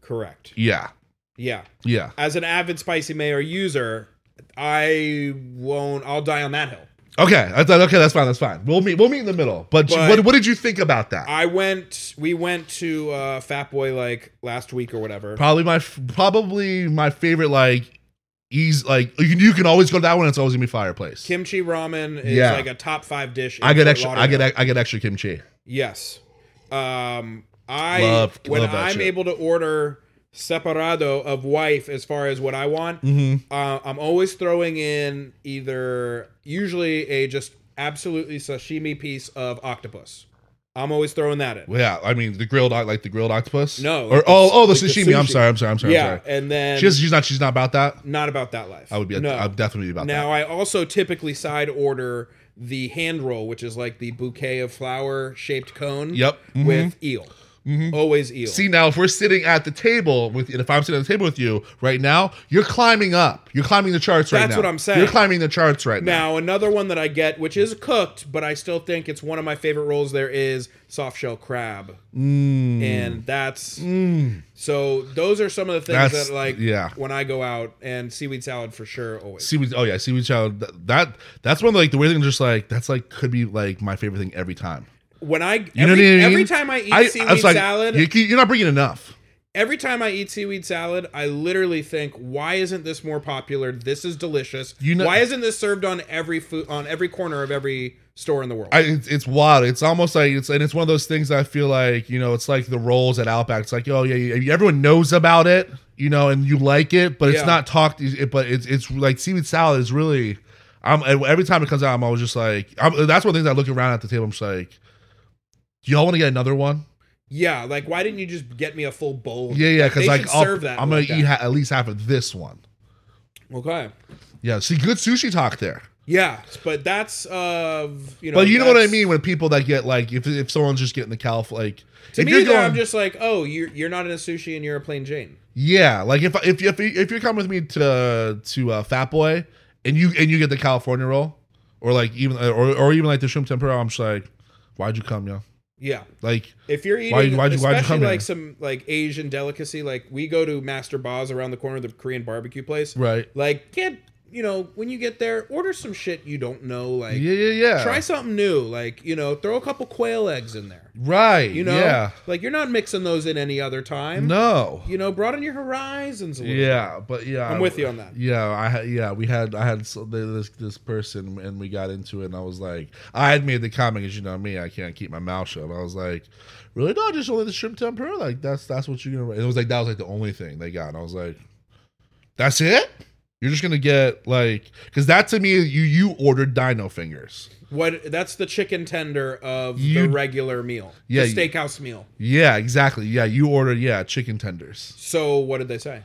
Correct. Yeah, Yeah. yeah. As an avid spicy mayo user, I won't. I'll die on that hill. Okay, I thought, okay, that's fine, that's fine. We'll meet, we'll meet in the middle. But, But- what, what did you think about that? I went. We went to uh, Fat Boy like last week or whatever. probably my probably my favorite like ease like you, you can always go to that one it's always gonna be fireplace Kimchi ramen is Yeah. like a top five dish. in i get Fort extra i Lauderdale. get ex- i get extra kimchi yes. Um, I Love- when love that I'm shit. able to order separado of wife as far as what I want, Mm-hmm. uh, I'm always throwing in either usually a just absolutely sashimi piece of octopus. I'm always throwing that in. yeah i mean the grilled oc- like the grilled octopus No, or like oh the- oh the like the sashimi i'm sushi. sorry i'm sorry i'm sorry, yeah, I'm sorry. and then She's, she's not she's not about that not about that life. i would be no. i would definitely be about now I also typically side order the hand roll, which is like the bouquet of flower shaped cone. Yep. Mhm. with eel. Always eel. that see now if we're sitting at the table with and if i'm sitting at the table with you right now you're climbing up you're climbing the charts right now That's what I'm saying. you're climbing the charts right now now another one that I get, which is cooked, but I still think it's one of my favorite rolls. There is soft shell crab, Mm. and that's so. Those are some of the things That's- that like yeah. when I go out and seaweed salad for sure always. seaweed. Oh yeah, seaweed child. th- That that's one of like the weird thing. Just like that's like could be like my favorite thing every time. When I every, You know what I mean? every time I eat I- I was seaweed like, salad, you- you're not bringing enough. Every time I eat seaweed salad, I literally think, why isn't this more popular? This is delicious. You know- why isn't this served on every food on every corner of every store in the world? I, it's, it's wild. It's almost like it's and it's one of those things I feel like you know it's like the rolls at Outback. It's like oh yeah, yeah, everyone knows about it, you know, and you like it, but it's Yeah. not talked. It, but it's it's like seaweed salad is really. I'm every time it comes out, I'm always just like I'm, that's one of the things I look around at the table. I'm just like, do y'all want to get another one? yeah, like why didn't you just get me a full bowl? Yeah, yeah, because They like should I'll, serve that I'm gonna like eat ha- at least half of this one. Okay. Yeah, see, good sushi talk there. Yeah, but that's of you know. But you know what I that's- mean when people that get like if if someone's just getting the calf like To if me, though, I'm just like, oh, you're you're not in a sushi and you're a plain Jane. yeah like if if if if you're coming with me to to uh, Fat Boy and you and you get the California roll or like even or or even like the shrimp tempura, I'm just like, why'd you come, yo? Yeah. Like If you're eating, Why- why'd you- why'd you especially come here? like some like Asian delicacy, like we go to Master Ba's around the corner, the Korean barbecue place. right. Like get you know, when you get there, order some shit you don't know. Like, yeah, yeah, yeah. try something new. Like, you know, throw a couple quail eggs in there. right. You know, Yeah. like you're not mixing those in any other time. No. You know, broaden your horizons a little. Yeah, but yeah, I'm with you on that. Yeah, I had- yeah, we had I had so- th- this this person and we got into it and I was like, I had made the comment because you know me, I can't keep my mouth shut. I was like, really no, just only the shrimp tempura. Like that's that's what you're gonna. It was like that was like the only thing they got. And I was like, that's it. You're just gonna get like because that to me you you ordered dino fingers. What? That's the chicken tender of the You- regular meal. Yeah, the you- steakhouse meal. Yeah, exactly. Yeah, you ordered yeah chicken tenders. So what did they say?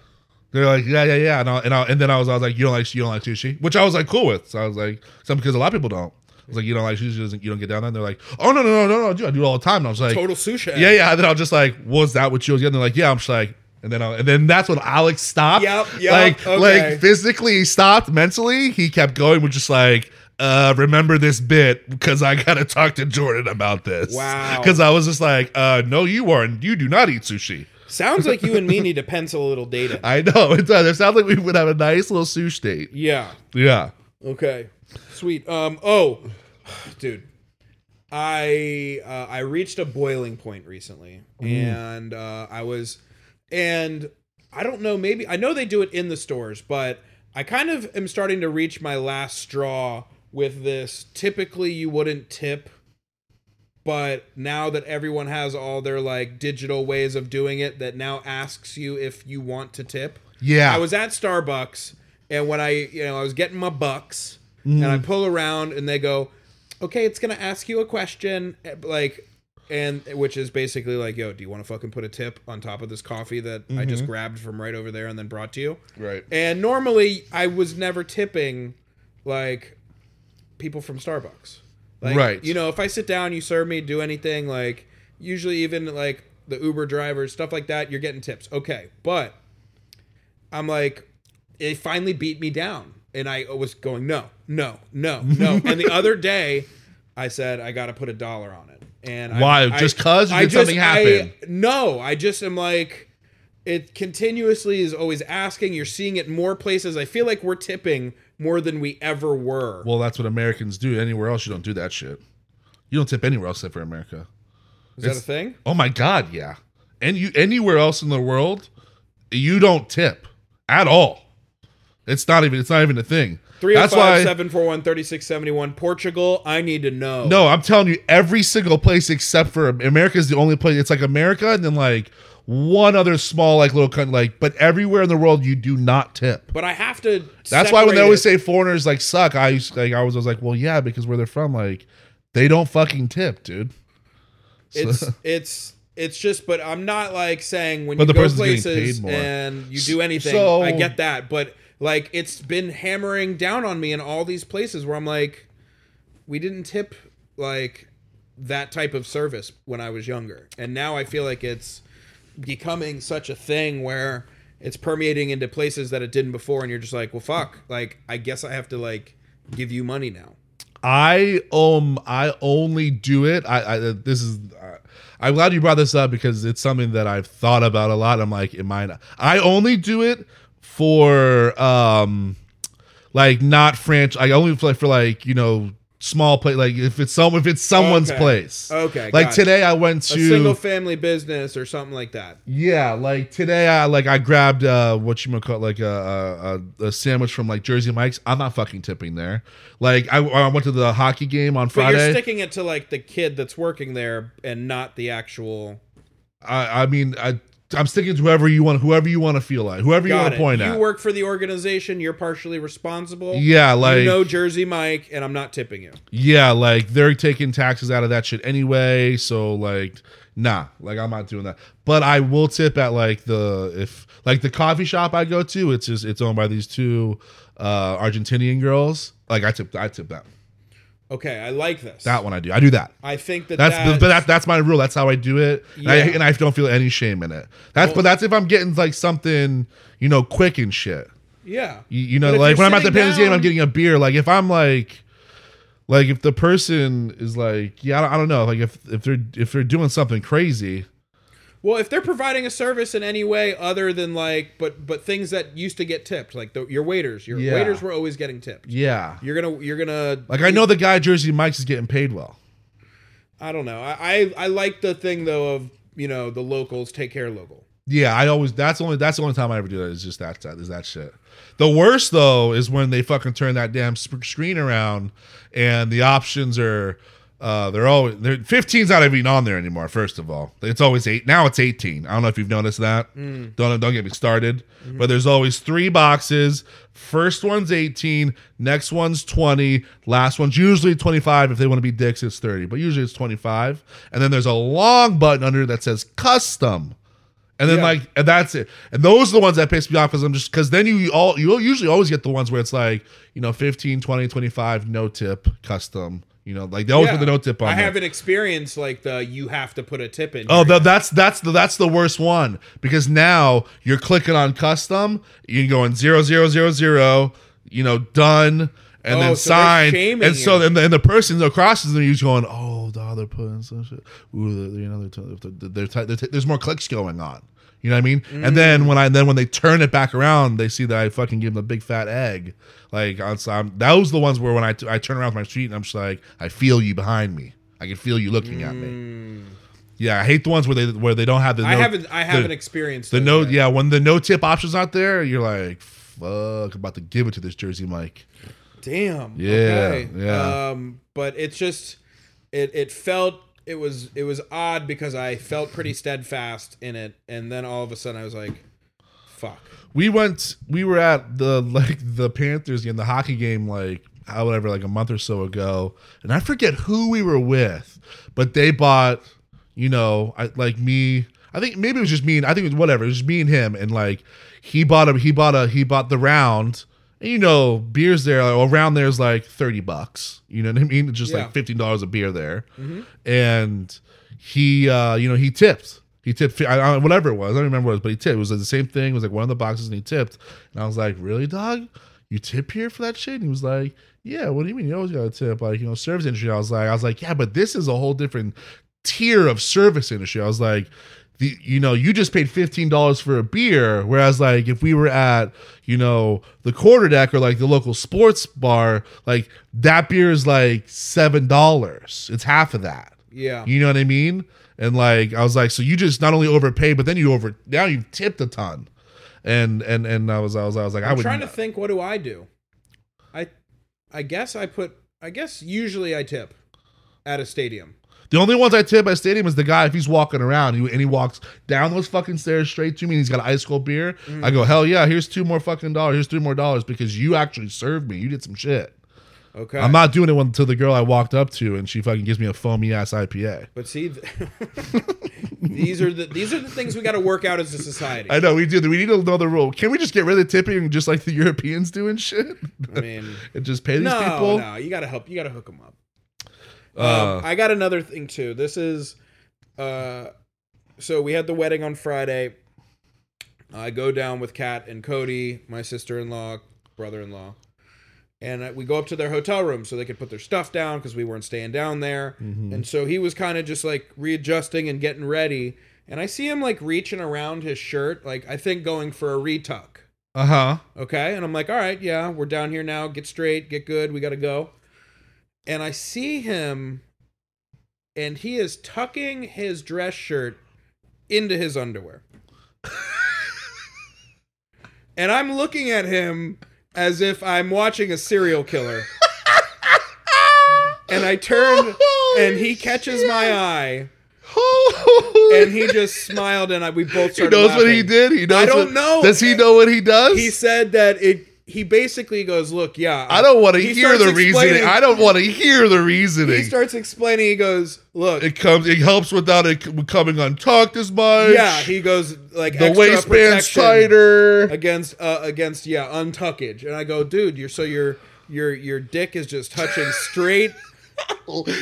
They're like, yeah, yeah, yeah, and I, and, I, and then I was, I was like, you don't like, you don't like sushi, which I was like, cool with. So I was like, some because a lot of people don't. I was like, you don't like sushi, doesn't you don't get down on? They're like, oh no, no, no, no, no, I do, I do it all the time. And I was like, Total sushi. yeah, yeah. And then I was just like, was that what you was getting? They're like, yeah. I'm just like, and then I, and then that's when Alex stopped. Yep, yep, Like, okay. like physically he stopped. Mentally, he kept going with just like. Uh, remember this bit because I gotta talk to Jordan about this. Wow. Because I was just like, uh, no, you aren't. You do not eat sushi. Sounds like you and me need to pencil a little data. I know it does. It sounds like we would have a nice little sushi date. Yeah. Yeah. Okay. Sweet. Um. Oh, dude. I uh, I reached a boiling point recently, and uh, I was, and I don't know. Maybe I know they do it in the stores, but I kind of am starting to reach my last straw with this. Typically, you wouldn't tip, but now that everyone has all their like digital ways of doing it, that now asks you if you want to tip. Yeah. I was at Starbucks, and when I, you know, I was getting my bucks, and I pull around, and they go, "Okay, it's gonna ask you a question, eh, like, and which is basically like, yo, do you want to fucking put a tip on top of this coffee that I just grabbed from right over there and then brought to you?" right. And normally, I was never tipping, like, people from Starbucks. Like, Right. You know, if I sit down, you serve me, do anything, like, usually even like the Uber drivers, stuff like that, you're getting tips. Okay. But I'm like, it finally beat me down. And I was going, no, no, no, no. and the other day, I said, I got to put a dollar on it. And Why? I, Just 'cause? Or did something happen? I, no, I just am like, it continuously is always asking. You're seeing it more places. I feel like we're tipping more than we ever were. Well, that's what Americans do. Anywhere else, you don't do that shit. You don't tip anywhere else except for America. is that a thing? Oh my God. Yeah. And you anywhere else in the world, you don't tip at all. It's not even. It's not even a thing. That's 305 why. 741 3671. Portugal, I need to know. No, I'm telling you, every single place except for America is the only place. It's like America, and then like one other small like little country. Like, but everywhere in the world, you do not tip. But I have to. That's why when they always separate say foreigners like suck, I used like I was, I was like, well, yeah, because where they're from, like they don't fucking tip, dude. it. it's it's it's just. But I'm not like saying when But you the go person's getting places paid more. and you do anything. so- I get that, but like it's been hammering down on me in all these places where I'm like, we didn't tip like that type of service when I was younger, and now I feel like it's becoming such a thing where it's permeating into places that it didn't before, and you're just like, well, fuck. Like I guess I have to like give you money now. I um I only do it. I, I this is uh, I'm glad you brought this up because it's something that I've thought about a lot. I'm like, am I? Not? I only do it for um like not French. I only play for like you know small play like if it's some if it's someone's Okay. place. Okay, Like got it. today, I went to a single family business or something like that. Yeah, like today, I like I grabbed uh what you call like a, a a sandwich from like Jersey Mike's. I'm not fucking tipping there. Like I, I went to the hockey game on But you're Friday. sticking it to like the kid that's working there and not the actual. I I mean I I'm sticking to whoever you want, whoever you want to feel like, whoever you Got want it. to point you at. work for the organization. You're partially responsible. yeah, like you know Jersey Mike, and I'm not tipping you. yeah, like they're taking taxes out of that shit anyway. So like nah, like I'm not doing that. But I will tip at like the if like the coffee shop I go to, it's just it's owned by these two uh Argentinian girls. Like I tip I tip that. Okay, I like this. That one I do. I do that. I think that That's, that's, but that, that's my rule. That's how I do it, and, I, Yeah. and I don't feel any shame in it. That's but that's if I'm getting like something you know quick and shit. yeah. You, you know, But if like you're when I'm at the sitting Panthers game, down- I'm getting a beer. Like if I'm like, like if the person is like, yeah, I don't, I don't know, like if if they're if they're doing something crazy, Well, if they're providing a service in any way other than like, but but things that used to get tipped, like the, your waiters, your Yeah. waiters were always getting tipped. Yeah. You're gonna, you're gonna. Like I know the guy at Jersey Mike's is getting paid well. I don't know. I, I I like the thing though of you know the locals take care of local. Yeah, I always that's the only that's the only time I ever do that is just that that- is that shit. The worst though is when they fucking turn that damn sp- screen around and the options are uh they're always they're 15's not even on there anymore first of all. It's always 8 now it's 18. I don't know if you've noticed that. Don't don't get me started. But there's always three boxes. First one's 18, next one's 20, last one's usually 25 if they want to be dicks it's 30, but usually it's 25. And then there's a long button under that says custom. And then Yeah. like and that's it. And those are the ones that piss me off because I'm just because then you all you usually always get the ones where it's like, you know, 15, 20, 25, no tip, custom. You know, like they always Yeah. put the no tip on. I there. haven't experienced like the you have to put a tip in. Oh, here. tha- that's that's the that's the worst one because now you're clicking on custom, you're going zero zero zero zero, you know, done, and Oh, then so they're sign, shaming and so you. then and the person across is you're going, oh, dog, they're putting some shit. Ooh, they're, you know, they're, t- they're, they're, t- they're t- there's more clicks going on. You know what I mean? And Mm. then when I then when they turn it back around, they see that I fucking give them a big fat egg. Like on some, that was the ones where when I t- I turn around with my street and I'm just like, I feel you behind me. I can feel you looking at Mm. me. Yeah, I hate the ones where they where they don't have the. No, I haven't I haven't The, experienced the those no, yet. yeah, when the no tip option's not there, you're like, fuck, about to give it to this Jersey Mike. Damn. Yeah, okay. yeah. Um, but it's just it it felt it was it was odd because I felt pretty steadfast in it, and then all of a sudden I was like, "Fuck." We went, we were at the like the Panthers game, the hockey game, like however, like a month or so ago, and I forget who we were with, but they bought, you know, I, like me. I think maybe it was just me and I think it was whatever. It was just me and him, and like he bought a he bought a he bought the round. And you know, beers there around there is like thirty bucks. You know what I mean? It's just Yeah. like fifteen dollars a beer there, and he, uh, you know, he tipped. He tipped fi- I, I, whatever it was. I don't remember what it was, but he tipped. It was like the same thing. It was like one of the boxes, and he tipped. And I was like, "Really, dog? You tip here for that shit?" And he was like, "Yeah. What do you mean? You always got to tip? Like, you know, service industry." I was like, "I was like, yeah, but this is a whole different tier of service industry." I was like, the you know you just paid fifteen dollars for a beer, whereas like if we were at you know the quarter deck or like the local sports bar, like that beer is like seven dollars. It's half of that. Yeah. You know what I mean? And like I was like, so you just not only overpaid, but then you over now you've tipped a ton. And and and I was I was I was like I I'm would trying to think. What do I do? I I guess I put. I guess usually I tip at a stadium. the only ones I tip at stadium is the guy if he's walking around he, and he walks down those fucking stairs straight to me and he's got an ice cold beer. Mm. I go hell yeah, here's two more fucking dollars, here's three more dollars because you actually served me, you did some shit. Okay. I'm not doing it until the girl I walked up to and she fucking gives me a foamy ass IPA. but see, th- these are the these are the things we got to work out as a society. I know we do. We need to know the rule. Can we just get rid of tipping just like the Europeans do and shit? I mean, and just pay these no, people? no, you gotta help. You gotta hook them up. Uh, um, I got another thing too. This is, uh, so we had the wedding on Friday. I go down with Kat and Cody, my sister-in-law, brother-in-law, and uh, we go up to their hotel room so they could put their stuff down because we weren't staying down there. And so he was kind of just like readjusting and getting ready, and I see him like reaching around his shirt, like I think going for a retuck. Uh huh. Okay. And I'm like, all right, yeah, we're down here now. Get straight, get good. We got to go. And I see him, and he is tucking his dress shirt into his underwear. and I'm looking at him as if I'm watching a serial killer. and I turn, and he catches my eye, and he just smiled, and I, we both He started knows what he laughing. did. He knows. I don't what- know. Does he know what he does? he said that it he basically goes look yeah I don't want to He hear the starts reasoning. explaining- I don't want to hear the he reasoning. starts explaining he goes look it comes. It helps without it c- coming untucked as much. yeah he goes like the extra waistband's protection tighter. against uh, against yeah untuckage and i go dude you're so your your your dick is just touching straight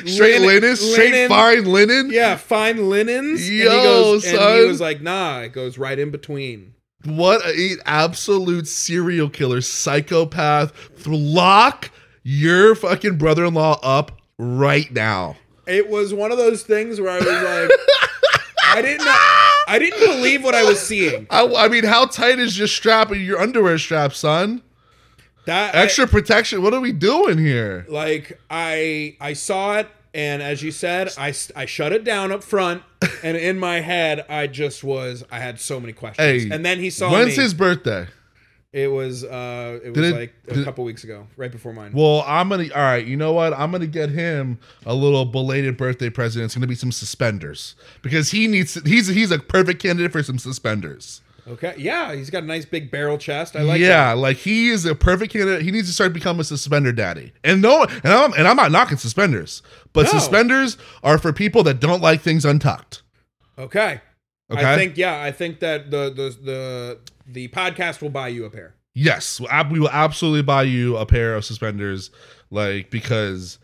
Straight linen, straight linen- fine linen. yeah fine linens and Yo, he goes and son. he was like nah it goes right in between What a absolute serial killer, psychopath. Lock your fucking brother-in-law up right now. it was one of those things where i was like i didn't know I didn't believe what I was seeing. I, I mean, how tight is your strap? Your underwear strap, son? That I- Extra protection. What are we doing here? like i i saw it and as you said i s- I shut it down up front and in my head i just was i had so many questions Hey, and then he saw When's me his birthday? it was uh it was it- like a did- couple weeks ago right before mine Well, I'm gonna. All right, you know what? I'm gonna get him a little belated birthday present. It's gonna be some suspenders because he needs. He's he's a perfect candidate for some suspenders. okay yeah he's got a nice big barrel chest i like yeah, like he is a perfect candidate. He needs to start becoming a suspender daddy. And no, and I'm and I'm not knocking suspenders, but No. suspenders are for people that don't like things untucked. that. okay i Okay. think yeah i think that the the the the podcast will buy you a pair Yes, we ab- we will absolutely buy you a pair of suspenders, like because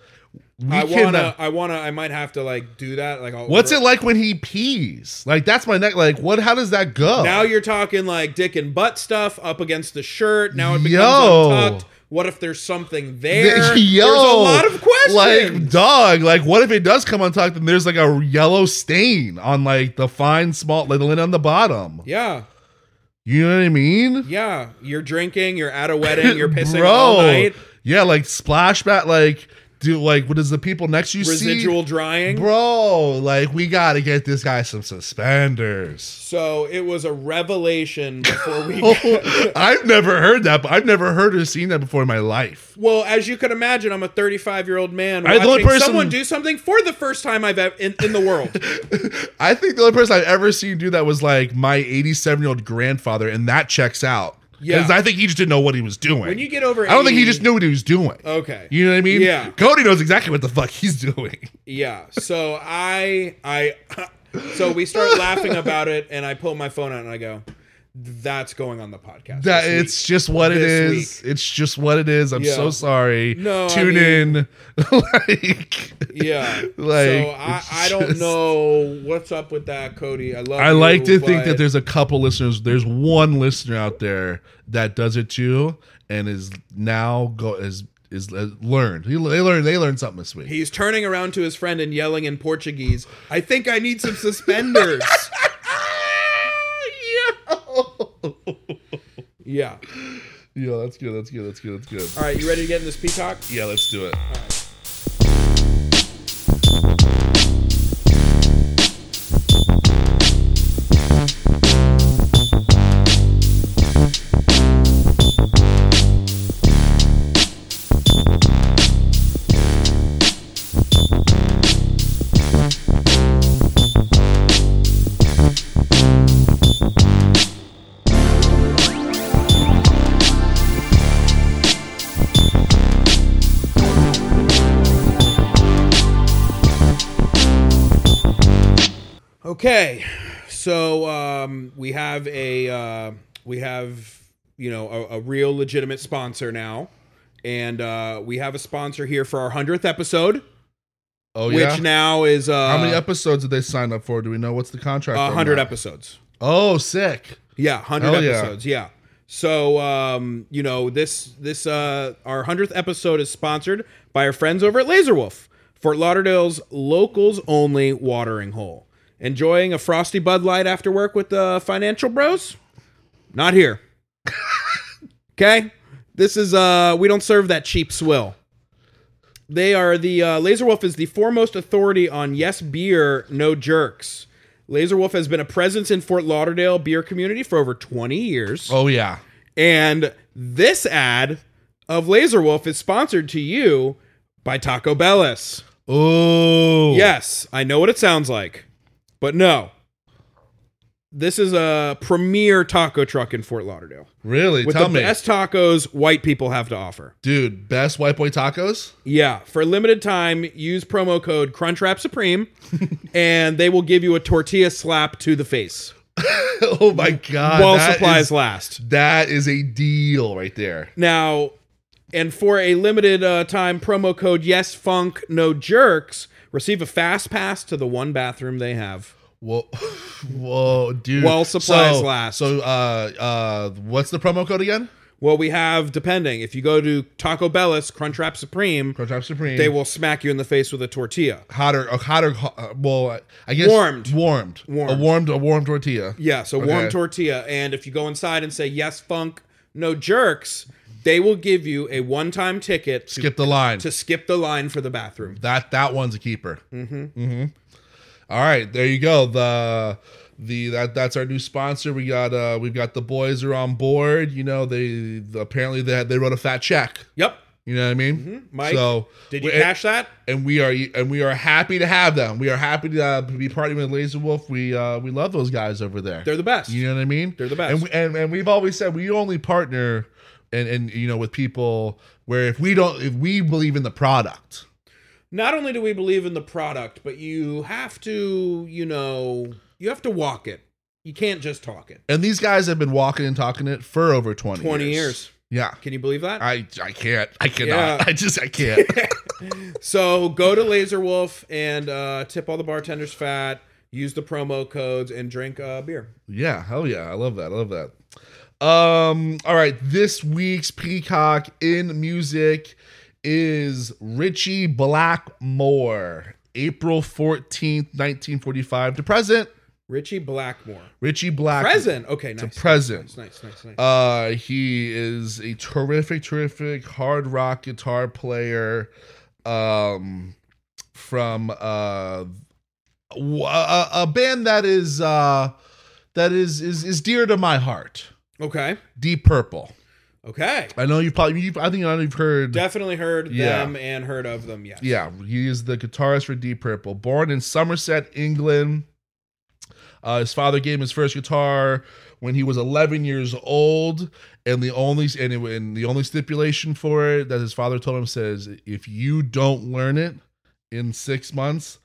we i cannot. wanna i wanna i might have to like do that like I'll uh, What's order- it like when he pees? Like that's my neck. Like what? How does that go? Now you're talking like dick and butt stuff up against the shirt. Now it becomes Yo. untucked. What if there's something there? Yo, there's a lot of Like, questions. dog, like, what if it does come untucked and there's like a yellow stain on like the fine, small, like the lid on the bottom? yeah, You know what I mean? yeah. You're drinking. You're at a wedding. You're pissing all night. Yeah, like splashback, like, do like, what does the people next you Residual see? drying. Bro, like, we gotta get this guy some suspenders. So it was a revelation before we. Oh, I've never heard that, but I've never heard or seen that before in my life. Well, as you can imagine, I'm a 35 year old man I- the watching only person- someone do something for the first time I've ever in, in the world. I think the only person I've ever seen do that was like my 87 year old grandfather, and that checks out. Yeah. Because I think he just didn't know what he was doing. When you get over, I don't think he 80 just knew what he was doing. Okay. You know what I mean? Yeah. Cody knows exactly what the fuck he's doing. Yeah. So I I so we start laughing about it and I pull my phone out and I go, That's going on the podcast. That this it's just what it is. This It's just what it is. I'm Yeah. so sorry. No, I Tune mean- in. like week." Yeah. Like, so I, it's I don't just- know what's up with that, Cody. I love I you, like to think but that there's a couple listeners. There's one listener out there that does it too, and is now go is is uh, learned. He, they learned. They learned something this week. he's turning around to his friend and yelling in Portuguese, I think I need some suspenders. yeah, yeah. that's good. That's good. That's good. That's good. All right, you ready to get in this peacock? Yeah, let's do it. Okay, so um, we have a uh, we have you know a, a real legitimate sponsor now, and uh, we have a sponsor here for our hundredth episode, Oh which yeah. now is uh, How many episodes did they sign up for? Do we know what's the contract? a on hundred that? episodes. Oh, sick. Yeah, hundred Hell yeah. episodes. Yeah. So um, you know this this uh, our hundredth episode is sponsored by our friends over at Laserwolf, Fort Lauderdale's locals only watering hole. Enjoying a frosty Bud Light after work with the financial bros? Not here. okay, this is uh we don't serve that cheap swill. They are the uh, Laser Wolf is the foremost authority on yes beer, no jerks. Laser Wolf has been a presence in Fort Lauderdale beer community for over 20 years. Oh yeah. And this ad of Laser Wolf is sponsored to you by Taco Bellis. Oh Yes, I know what it sounds like, but no. This is a premier taco truck in Fort Lauderdale. Really? With Tell the me, best tacos white people have to offer. dude. Best white boy tacos. Yeah, for a limited time, use promo code Crunchwrap Supreme, and they will give you a tortilla slap to the face oh my god. while that supplies is- last. that is a deal right there. Now, and for a limited uh, time, promo code Yes Funk No Jerks receive a fast pass to the one bathroom they have. Whoa, whoa, dude! While supplies so, last. So, uh, uh, what's the promo code again? Well, we have depending. If you go to Taco Bell's Crunchwrap Supreme, Crunchwrap Supreme. they will smack you in the face with a tortilla. hotter, uh, hotter. uh, Well, I guess Warmed. warmed, a Warmed. warmed, a warm tortilla. Yeah, so warm Okay. tortilla. And if you go inside and say yes, funk, no jerks, they will give you a one-time ticket to, Skip the line. to skip the line for the bathroom. That that one's a keeper. Mm-hmm. Mm-hmm. All right, there you go. The the that that's our new sponsor. We got uh we've got the boys are on board. You know they apparently they they wrote a fat check. Yep. You know what I mean? Mm-hmm. Mike, so Did you we- cash that? and we are and we are happy to have them. We are happy to uh, be partnering with Laser Wolf. We uh we love those guys over there. They're the best. You know what I mean? They're the best. And we, and, and we've always said we only partner and and you know with people where if we don't if we believe in the product. Not only do we believe in the product, but you have to, you know, you have to walk it. You can't just talk it. And these guys have been walking and talking it for over 20 years. 20 years. Yeah. Can you believe that? I I can't. I cannot. Yeah. I just I can't. So go to Laser Wolf and uh, tip all the bartenders fat. Use the promo codes and drink uh, beer. yeah, hell yeah. I love that. I love that. Um all right, this week's Peacock in music is Richie Blackmore. April 14th, 1945 to present. Richie Blackmore. Richie Black Present. Okay, nice. to present. nice, nice, nice, nice. Uh, he is a terrific, terrific hard rock guitar player um, from uh, w- a, a band that is uh, that is, is is dear to my heart. okay. Deep Purple. Okay. I know you've probably you've, I think I know you've heard. Definitely heard Yeah. them and heard of them, yes. yeah, he is the guitarist for Deep Purple. Born in Somerset, England. Uh, his father gave him his first guitar when he was 11 years old, and the only and, it, and the only stipulation for it that his father told him says, if you don't learn it in six months,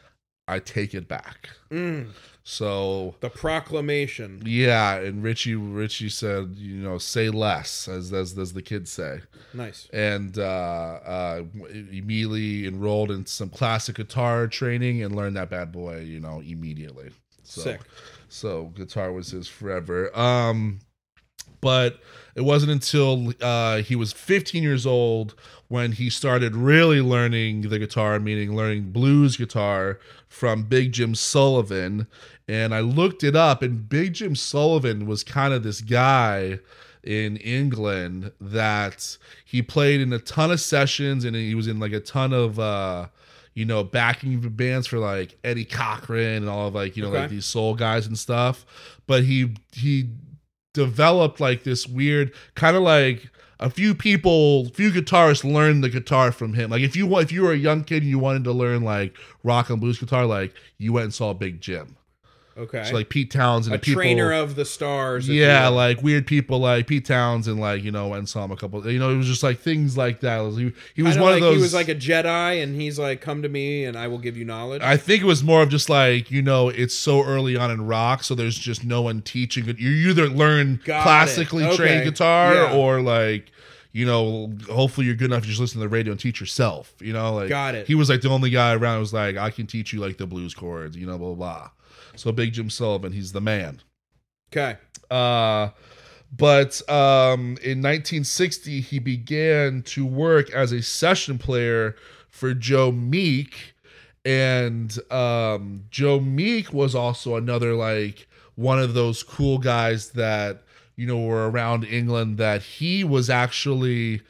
I take it back. Mm, So the proclamation. yeah, and Richie Richie said, you know, say less, as as, as the kids say Nice. and uh, uh, immediately enrolled in some classic guitar training and learned that bad boy, you know, immediately. So, Sick. So guitar was his forever. Um, but it wasn't until uh, he was 15 years old when he started really learning the guitar, meaning learning blues guitar from Big Jim Sullivan. And I looked it up, and Big Jim Sullivan was kind of this guy in England that he played in a ton of sessions and he was in like a ton of uh you know backing bands for like Eddie Cochran and all of like you know like Okay. these soul guys and stuff but he he developed like this weird kind of like a few people few guitarists learned the guitar from him like if you wa- if you were a young kid and you wanted to learn like rock and blues guitar like you went and saw Big Jim Okay. so like Pete Townsend a and people trainer of the stars. if yeah, you will. like weird people like Pete Townsend, like you know, went and saw him a couple. You know, it was just like things like that. It was- he, he was Kinda one like of those. He was like a Jedi, and he's like, "Come to me, and I will give you knowledge." I think it was more of just like you know, it's so early on in rock, so there's just no one teaching. it. You either learn Got it. classically trained Okay. guitar Yeah. or like. You know, hopefully you're good enough to just listen to the radio and teach yourself. You know, like Got it. He was like the only guy around who was like, I can teach you like the blues chords. You know, blah blah. blah. So Big Jim Sullivan, he's the man. okay. Uh, but um, in 1960, he began to work as a session player for Joe Meek. And um, Joe Meek was also another, like, one of those cool guys that, you know, were around England that he was actually.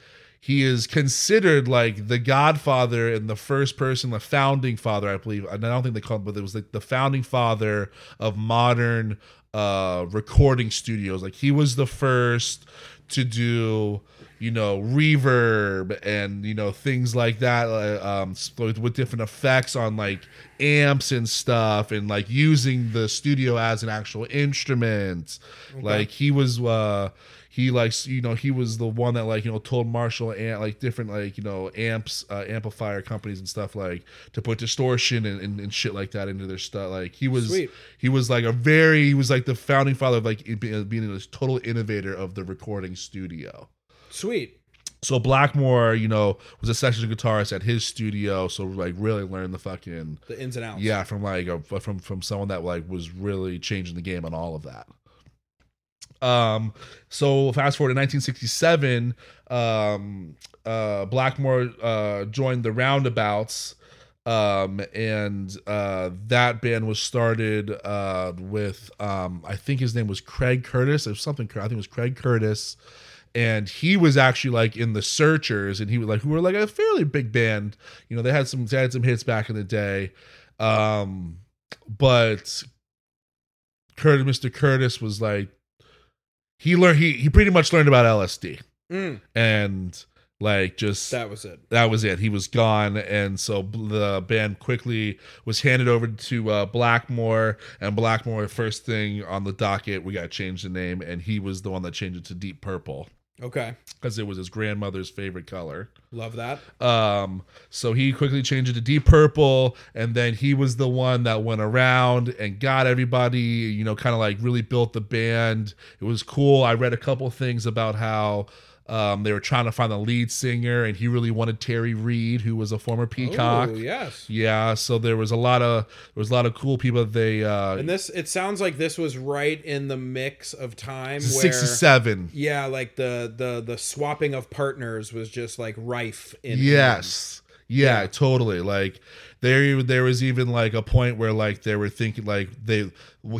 He is considered like the godfather and the first person, the founding father, I believe. I don't think they called him, but it was like the founding father of modern uh recording studios like he was the first to do you know reverb and you know things like that uh, um s- with, with different effects on like amps and stuff and like using the studio as an actual instrument like he was uh he likes you know he was the one that like you know told Marshall and like different like you know amps uh, amplifier companies and stuff like to put distortion and, and, and shit like that into their stuff like he was Sweet. he was like a very he was like the founding father of like it being being a total innovator of the recording studio Sweet. so Blackmore, you know, was a session guitarist at his studio, so like really learned the fucking The ins and outs. yeah, from like a, from from someone that like was really changing the game on all of that. Um, so fast forward to 1967, um, uh, Blackmore uh, joined the Roundabouts, um, and uh, that band was started uh, with um, I think his name was Craig Curtis. It was something I think it was Craig Curtis. And he was actually like in the Searchers, and he was like, who were like a fairly big band. You know, they had some they had some hits back in the day, um, but Curtis, Mr. Curtis was like, he learned he he pretty much learned about LSD Mm, and like just that was it. that was it. He was gone, and so b- the band quickly was handed over to uh, Blackmore. And Blackmore, first thing on the docket, we got to change the name, and he was the one that changed it to Deep Purple Okay, because it was his grandmother's favorite color. love that. Um, so he quickly changed it to Deep Purple, and then he was the one that went around and got everybody, you know, kind of like really built the band. It was cool. I read a couple things about how um, they were trying to find the lead singer, and he really wanted Terry Reed, who was a Oh, former Peacock. Ooh, yes. Yeah, so there was a lot of there was a lot of cool people. That they uh, And this, it sounds like this was right in the mix of time where sixty-seven. yeah, like the the the swapping of partners was just like rife in Yes. Yeah, totally. Like there, there was even like a point where like they were thinking like they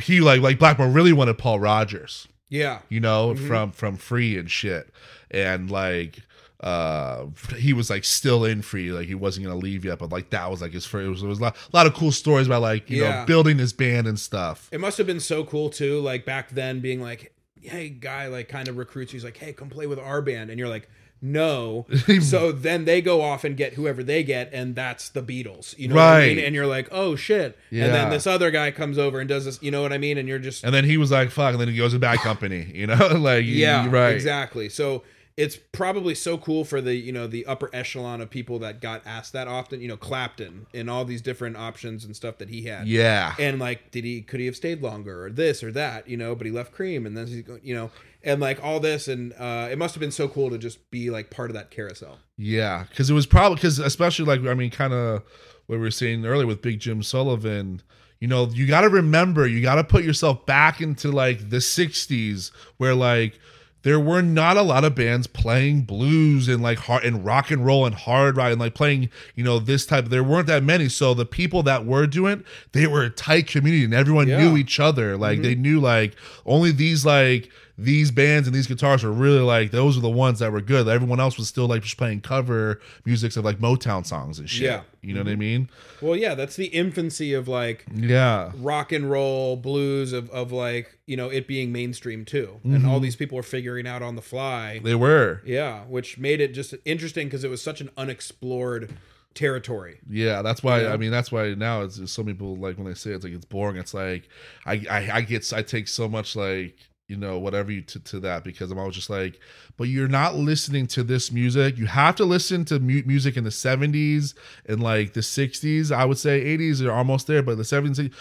he like like Blackmore really wanted Paul Rogers, Yeah. you know, Mhm. from from Free and shit, and like uh he was like still in Free, like he wasn't gonna leave yet, but like that was like his first. It was, it was a, lot, a lot of cool stories about like you Yeah. know building his band and stuff. It must have been so cool too, like back then being like, hey, guy like kind of recruits you. He's like, hey, come play with our band. And you're like, no. so then they go off and get whoever they get, and that's the Beatles. You know what I mean? Right. And you're like, oh shit. And Yeah. then this other guy comes over and does this, you know what I mean? And you're just And then he was like, "Fuck!" And then he goes to Bad Company, you know, like Yeah, right, exactly. So it's probably so cool for the you know the upper echelon of people that got asked that often. You know, Clapton and all these different options and stuff that he had. yeah, And like, did he could he have stayed longer or this or that? You know, but he left Cream and then he's go- you know and like all this and uh, it must have been so cool to just be like part of that carousel. Yeah, because it was probably because especially like I mean, kind of what we were saying earlier with Big Jim Sullivan. You know, you got to remember, you got to put yourself back into like the '60s, where like there were not a lot of bands playing blues and like hard and rock and roll and hard rock and like playing you know this type. There weren't that many, so the people that were doing, it, they were a tight community and everyone Yeah. knew each other. Like they knew like only these like these bands and these guitars were really like those were the ones that were good. Everyone else was still like just playing cover musics of like Motown songs and shit. Yeah. You know what I mean? Well, yeah, that's the infancy of like Yeah. rock and roll blues of of like you know it being mainstream too, and Mm-hmm. all these people are figuring out on the fly. They were. Yeah, which made it just interesting because it was such an unexplored territory. Yeah, that's why. Yeah. I mean, that's why now it's, it's so many people like when they say it's like it's boring. It's like I I, I get I take so much like you know whatever you to, to that because I'm always just like, but you're not listening to this music. You have to listen to mu- music in the '70s and like the '60s. I would say '80s are almost there, but the '70s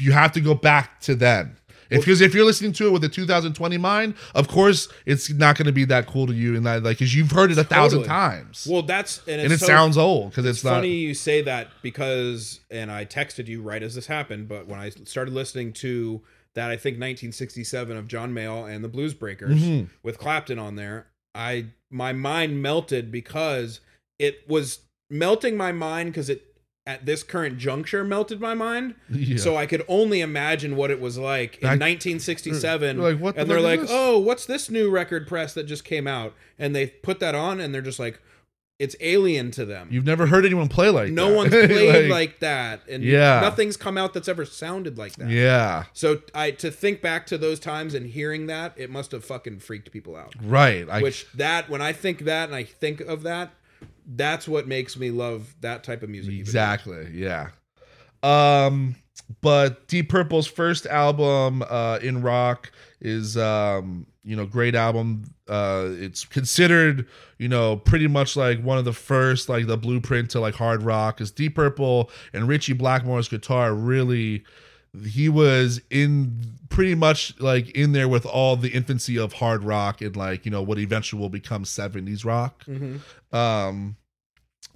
you have to go back to then. If, because if you're listening to it with a 2020 mind, of course it's not going to be that cool to you, and that like because you've heard it a thousand Totally. times, Well, that's and, it's and it so sounds old because it's, not funny you say that because and I texted you right as this happened, but when I started listening to that, I think 1967 of John Mayall and the Blues Breakers Mhm. with Clapton on there, I my mind melted because it was melting my mind because it at this current juncture melted my mind. Yeah. So I could only imagine what it was like in Back- 1967. You're like, what the and they're fuck is like, this? oh, what's this new record press that just came out? And they put that on, and they're just like, it's alien to them. You've never heard anyone play like no that. one's played like, that, and Yeah. nothing's come out that's ever sounded like that. yeah, So I to think back to those times and hearing that, it must have fucking freaked people out. right. Like Which that when I think that and I think of that, that's what makes me love that type of music. even more. exactly, yeah. Um, but Deep Purple's first album, uh, in rock, is um, you know, great album. Uh, it's considered, you know, pretty much like one of the first, like the blueprint to like hard rock. Because Deep Purple and Richie Blackmore's guitar really, he was in pretty much like in there with all the infancy of hard rock and like you know what eventually will become 70s rock Mhm. um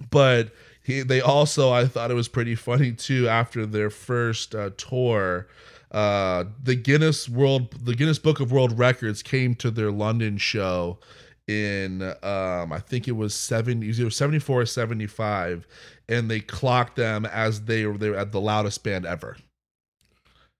but he, they also i thought it was pretty funny too after their first uh, tour uh, the Guinness World, the Guinness Book of World Records came to their London show in um I think it was seven it was either 74 or 75 and they clocked them as they were they were at the loudest band ever.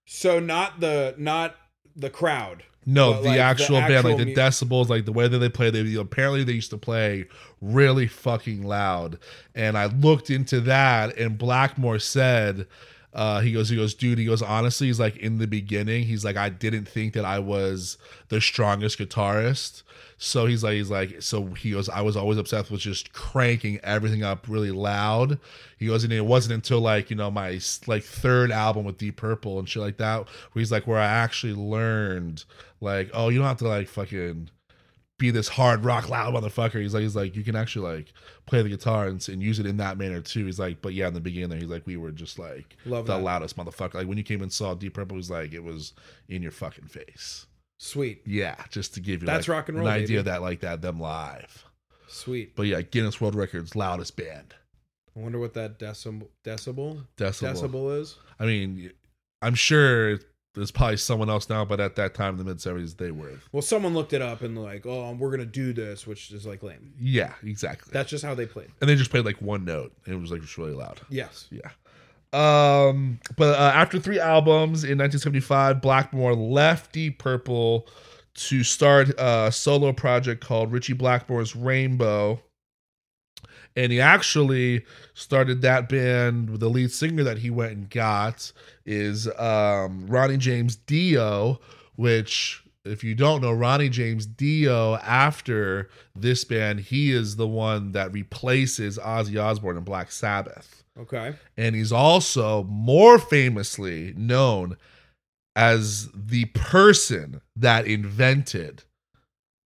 So not the not the crowd. No, But, the, like, the actual band, like actual the mu- decibels, like the way that they play, they apparently they used to play really fucking loud. And I looked into that, and Blackmore said, uh, he goes, he goes, dude, he goes, honestly, he's like in the beginning, he's like, I didn't think that I was the strongest guitarist. So he's like, he's like, so he goes, I was always obsessed with just cranking everything up really loud. He goes, and it wasn't until like, you know, my s- like third album with Deep Purple and shit like that, where he's like, where I actually learned, like, oh, you don't have to like fucking be this hard rock loud motherfucker. He's like, he's like, you can actually like play the guitar and, s- and use it in that manner too. He's like, but yeah, in the beginning, there, he's like, we were just like Love the that. loudest motherfucker. Like when you came and saw Deep Purple, it was like, it was in your fucking face. Sweet. Yeah, just to give you That's like, rock and roll, an idea baby. that like that them live. Sweet. But yeah, Guinness World Records loudest band I wonder what that decim- decibel decibel. decibel is. I mean, I'm sure there's probably someone else now, but at that time in the mid '70s, they were. Well, someone looked it up and like, oh, we're gonna do this, which is like lame. Yeah, exactly. That's just how they played. and they just played like one note, and it was like just really loud. Yes. Yeah. Um, but uh, after three albums in 1975, Blackmore left Deep Purple to start a solo project called Richie Blackmore's Rainbow. And he actually started that band with the lead singer that he went and got is um, Ronnie James Dio, which, if you don't know, Ronnie James Dio, after this band, he is the one that replaces Ozzy Osbourne in Black Sabbath Okay. and he's also more famously known as the person that invented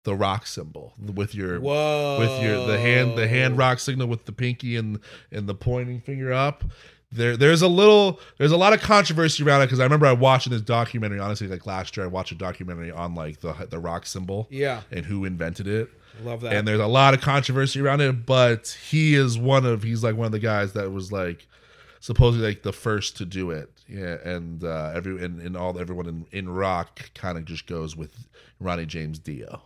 the rock symbol with your Whoa. with your the hand the hand rock signal with the pinky and and the pointing finger up. There, there's a little, there's a lot of controversy around it because I remember I watching this documentary. Honestly, like last year, I watched a documentary on like the the rock symbol Yeah. and who invented it Love that. and there's a lot of controversy around it but he is one of he's like one of the guys that was like supposedly like the first to do it yeah and uh every and, and all everyone in, in rock kind of just goes with ronnie james dio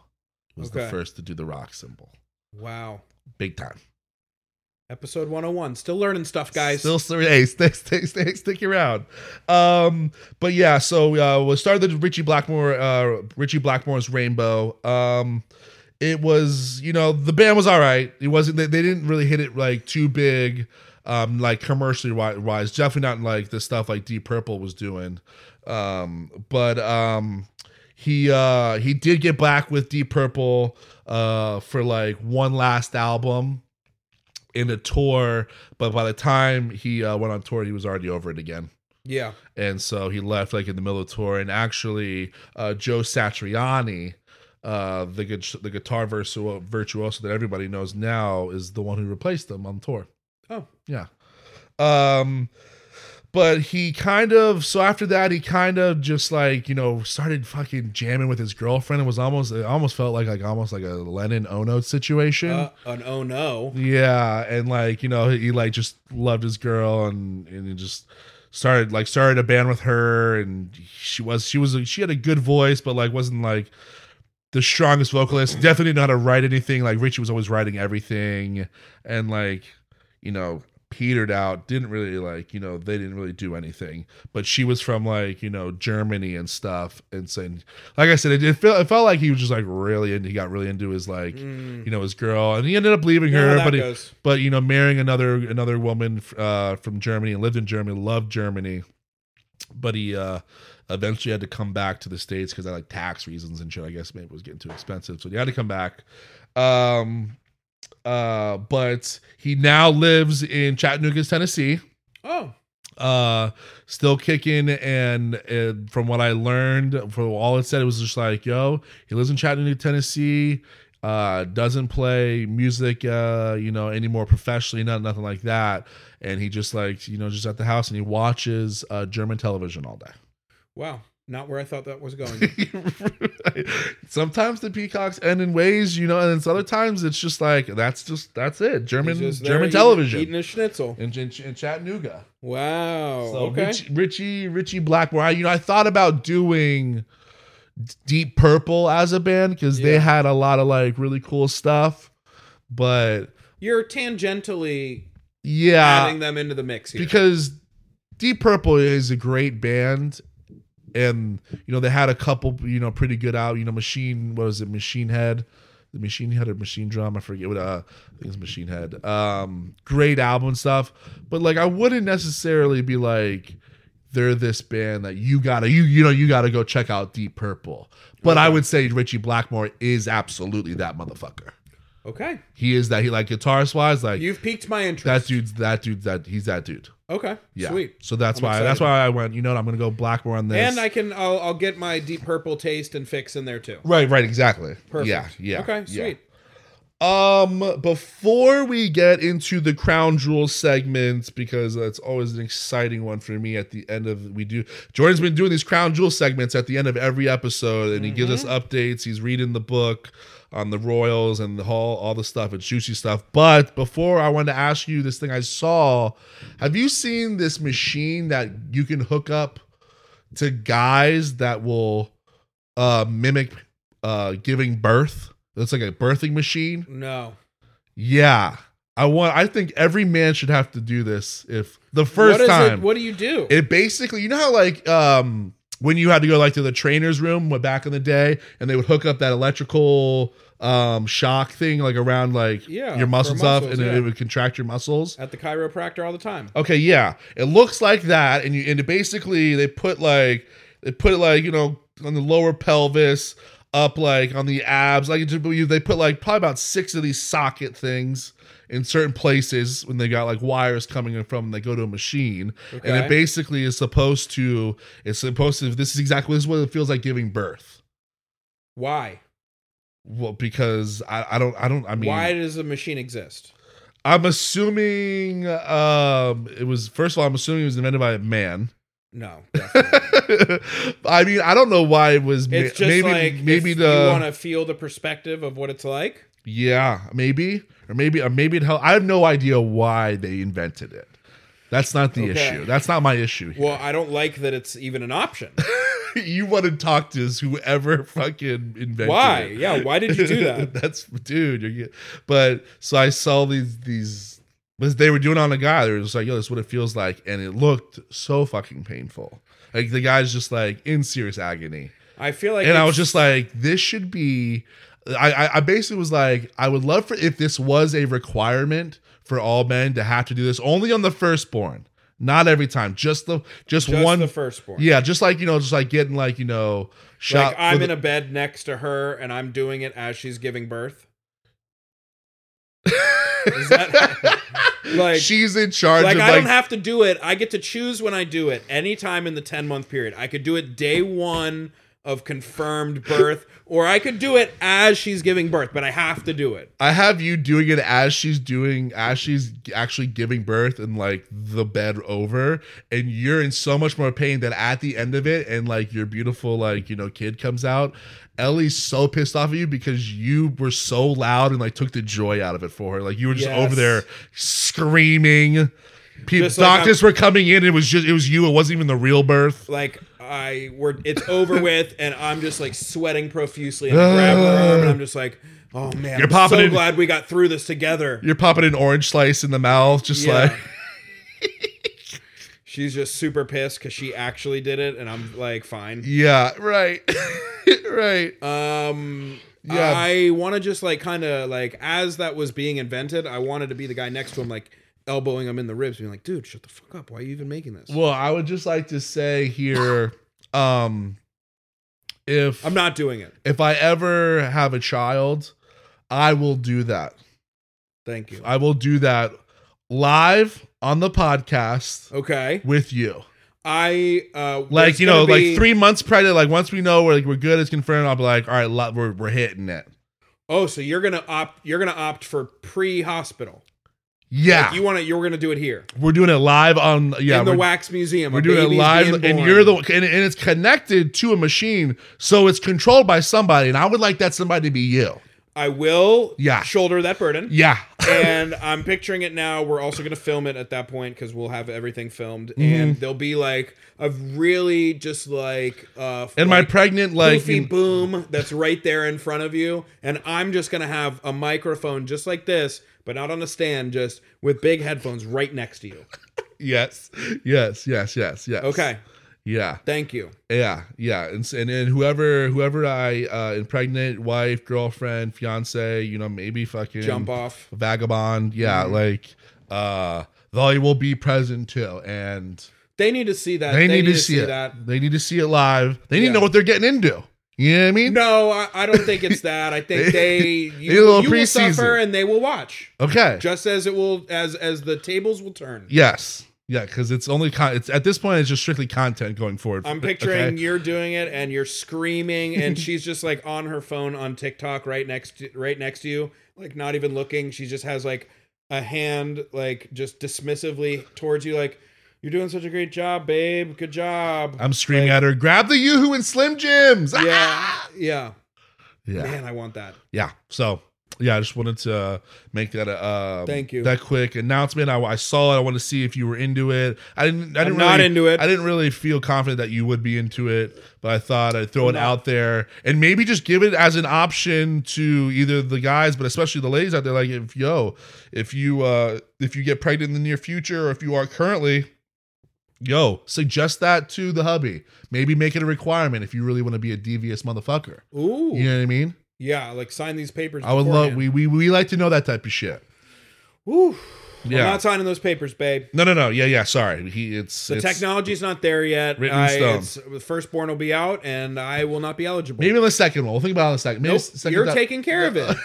was the Okay. first to do the rock symbol wow. big time Episode 101. Still learning stuff, guys. Still, still hey, stay, stay, stay, stick around. Um, but yeah, so uh, we started the Richie Blackmore, uh, Richie Blackmore's Rainbow. Um, it was, you know, the band was all right. It wasn't, they, they didn't really hit it like too big, um, like commercially wi- wise. Definitely not like the stuff like Deep Purple was doing. Um, but um, he uh, he did get back with Deep Purple uh, for like one last album in a tour, but by the time he uh, went on tour, he was already over it again. yeah. And so he left like in the middle of the tour. And actually, uh, Joe Satriani, uh, the gu- the guitar virtuo- virtuoso that everybody knows now, is the one who replaced him on tour. Oh. Yeah. Um but he kind of so after that he kind of just like, you know, started fucking jamming with his girlfriend and was almost it almost felt like like almost like a Lennon Ono situation. Uh, an oh no. Yeah, and like you know, he like just loved his girl, and and he just started like started a band with her, and she was she was she had a good voice, but like wasn't like the strongest vocalist. Definitely didn't know how to write anything. Like Richie was always writing everything, and like you know petered out. Didn't really like you know they didn't really do anything. But she was from like you know Germany and stuff, and saying like I said, it, it felt it felt like he was just like really into he got really into his like Mm. you know his girl and he ended up leaving You know how her that but he, goes. but you know marrying another another woman uh from germany and lived in germany loved germany but he uh eventually had to come back to the states because of like tax reasons and shit i guess maybe it was getting too expensive so he had to come back um uh but he now lives in chattanooga tennessee Oh. uh still kicking and, and from what i learned from all it said it was just like yo he lives in chattanooga tennessee uh doesn't play music uh you know anymore professionally not nothing like that and he just like you know just at the house and he watches uh german television all day Wow. Not where I thought that was going. Sometimes the peacocks end in ways, you know, and then other times it's just like that's just that's it. German He's just there German eating- television Eating a schnitzel. in, in, in Chattanooga. Wow. So Oh, okay. Richie, Richie Richie Blackmore, I, you know, I thought about doing D- Deep Purple as a band because they Yeah. had a lot of like really cool stuff, but You're tangentially yeah, adding them into the mix here. Uh, because Deep Purple is a great band, and you know they had a couple you know pretty good out. You know, Machine what was it? Machine Head, the Machine Head or Machine Drum? I forget what. Uh, I think it's Machine Head. Um, great album stuff, but like I wouldn't necessarily be like they're this band that you gotta you you know you gotta go check out Deep Purple. But I would say Richie Blackmore is absolutely that motherfucker. okay. He is that he like guitarist wise like You've piqued my interest. that dude's that dude's that he's that dude. okay. Yeah. Sweet. So that's I'm why excited. that's why I went. You know what? I'm gonna go Blackmore on this. And I can I'll, I'll get my deep purple taste and fix in there too. right right exactly. Perfect. Yeah yeah. Okay, yeah. sweet. Um, before we get into the crown jewel segment, because that's always an exciting one for me. At the end of we do, Jordan's been doing these crown jewel segments at the end of every episode, and he gives us updates. He's reading the book on the Royals and the Hall, all the stuff and juicy stuff. But before I wanted to ask you this thing I saw. Have you seen this machine that you can hook up to guys that will uh mimic uh giving birth? It's like a birthing machine. No. Yeah. I want I think every man should have to do this if the first what is time. It, It, what do you do? basically you know how like um when you had to go like to the trainer's room went back in the day and they would hook up that electrical um shock thing like around like Yeah, your for muscles up muscles, and it, yeah. it would contract your muscles. At the chiropractor all the time. Okay, yeah. It looks like that, and you and basically they put like they put it like you know on the lower pelvis, up like on the abs, like it just- you- they put like probably about six of these socket things in certain places when they got like wires coming in from. They go to a machine, and Okay. it basically is supposed to. It's supposed to. This is exactly this is what it feels like giving birth. Why? Well, because I, I don't I don't I mean Why does the machine exist? I'm assuming um it was first of all I'm assuming it was invented by a man. No. I mean, I don't know why it was. ma- It's just maybe, like maybe if the you want to feel the perspective of what it's like. yeah, maybe or maybe or maybe it helped. I have no idea why they invented it. That's not the Okay. issue. That's not my issue. Here. Well, I don't like that it's even an option. you want to talk to whoever fucking invented Why? it. Yeah, why did you do that? That's dude. You're, get- but so I saw these these. Because they were doing it on a guy, they were just like, "Yo, this is what it feels like," and it looked so fucking painful. Like the guy's just like in serious agony. I feel like and I it's- was just like, this should be. I, I I basically was like, I would love for if this was a requirement for all men to have to do this only on the firstborn, not every time, just the just, just one. the firstborn. yeah, just like you know, just like getting like you know shot. like I'm with in a bed next to her and I'm doing it as she's giving birth. Is that like she's in charge like of I like don't have to do it. I get to choose when I do it anytime in the 10 month period. I could do it day 1 of confirmed birth or I could do it as she's giving birth, but I have to do it. I have you doing it as she's doing as she's actually giving birth and like the bed over and you're in so much more pain than at the end of it and like your beautiful like you know kid comes out Ellie's so pissed off at you because you were so loud and like took the joy out of it for her like you were just Yes. over there screaming people Just like I'm- doctors were coming in it was just it was you it wasn't even the real birth Like I we're it's over with and I'm just like sweating profusely and I grab her arm and I'm just like, "Oh man, You're I'm popping so in- glad we got through this together." you're popping an orange slice in the mouth just Yeah. like She's just super pissed because she actually did it, and I'm like, fine. yeah right right Um, Yeah. I want to just like kind of like as that was being invented, I wanted to be the guy next to him, like elbowing him in the ribs, being like, dude, shut the fuck up. Why are you even making this? Well, I would just like to say here, um, if I'm not doing it. if I ever have a child, I will do that. Thank you. I will do that live on the podcast Okay. with you. I uh Like it's you gonna know, be- like three months pregnant. Like once we know we're like we're good, it's confirmed. I'll be like, all right, lo- we're we're hitting it. Oh, so you're gonna opt? You're gonna opt for pre-hospital. Yeah, Like, you want to? You're gonna do it here we're doing it live on. Yeah, in the we're, wax museum. we're doing it live, and you're the and, and it's connected to a machine, so it's controlled by somebody. And I would like that somebody to be you. I will. Yeah. Shoulder that burden. Yeah, and I'm picturing it now. We're also going to film it at that point because we'll have everything filmed, and Mm-hmm. there'll be like a really just like uh, and my like, pregnant like goofy boom that's right there in front of you, and I'm just going to have a microphone just like this, but not on a stand, just with big headphones right next to you. yes, yes, yes, yes, yes. Okay, Yeah. thank you. Yeah, yeah, and s- and, and whoever whoever I uh, impregnate, wife, girlfriend, fiance, you know, maybe fucking Jump off. Mm-hmm. vagabond, yeah, like uh, they will be present too, and They need to see that. they, need, to see, it. They need to see it live. They need Yeah. to know what they're getting into. You know what I mean? No, I, I don't think it's that. I think they Need a you, little you will suffer preseason. and they will watch, Okay. just as it will as as the tables will turn. yes. Yeah, because it's only con- it's at this point it's just strictly content going forward. I'm Okay? picturing you're doing it and you're screaming and she's just like on her phone on TikTok right next to, right next to you, like not even looking. She just has like a hand like just dismissively towards you like you're doing such a great job, babe. Good job. I'm screaming at her, grab the YooHoo and Slim Jims. Ah! yeah. Yeah. Yeah. Man, I want that. yeah so yeah i just wanted to uh, make that a uh, Thank you. that quick announcement I, I saw it i want to see if you were into it i didn't i I'm didn't not really, into it. i didn't really feel confident that you would be into it but i thought i'd throw it not. out there and maybe just give it as an option to either the guys but especially the ladies out there like if yo if you uh if you get pregnant in the near future or if you are currently yo suggest that to the hubby maybe make it a requirement if you really want to be a devious motherfucker Ooh. you know what i mean Yeah, like sign these papers. I would love beforehand. we, we we like to know that type of shit. Woo. Yeah. I'm not signing those papers, babe. No, no, no. Yeah, yeah. Sorry, he it's The it's, technology's not there yet. Written in I, stone. It's, the firstborn will be out, and I will not be eligible. Maybe on the second one. We'll think about it on the second. Maybe nope, the second you're time. taking care of it.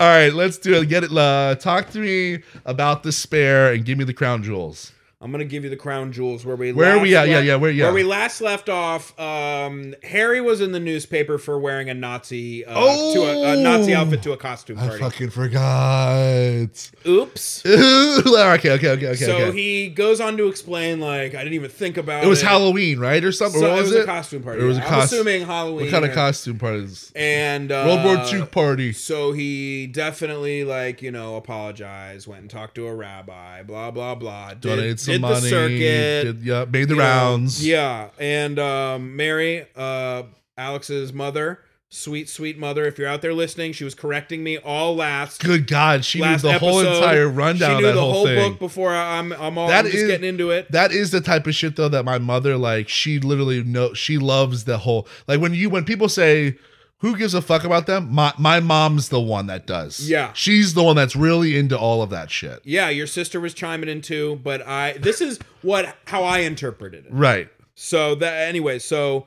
All right, let's do it. Get it. Uh, talk to me about the spare and give me the crown jewels. I'm gonna give you the crown jewels where we Where are last we at? Yeah, left- yeah, where- yeah. we last left off. Um, Harry was in the newspaper for wearing a Nazi uh, to a, a Oh! Nazi outfit to a costume I party. fucking forgot. Oops. Ooh, okay, okay, okay, okay. so okay. he goes on to explain like I didn't even think about it it. was Halloween, right, or something? So what it was was it? a costume party. It was a I'm costume- assuming Halloween. what kind of or- costume parties? And uh, World War II party. So he definitely like you know apologized, went and talked to a rabbi, blah blah blah. Did, Donated some did money. the circuit. did- yeah, made the you know, rounds. Yeah, and um, Mary, uh, Alex's mother, sweet sweet mother. If you're out there listening, she was correcting me all last. Good God, she knew last the whole episode. entire rundown. She of knew that the whole, whole thing. book before I- I'm. I'm all. That I'm just is- getting into it. that is the type of shit though that my mother like she literally know she loves the whole like when you when people say who gives a fuck about them my my mom's the one that does Yeah. she's the one that's really into all of that shit yeah, your sister was chiming in too, but I. This is what how I interpreted it. right So that anyway, so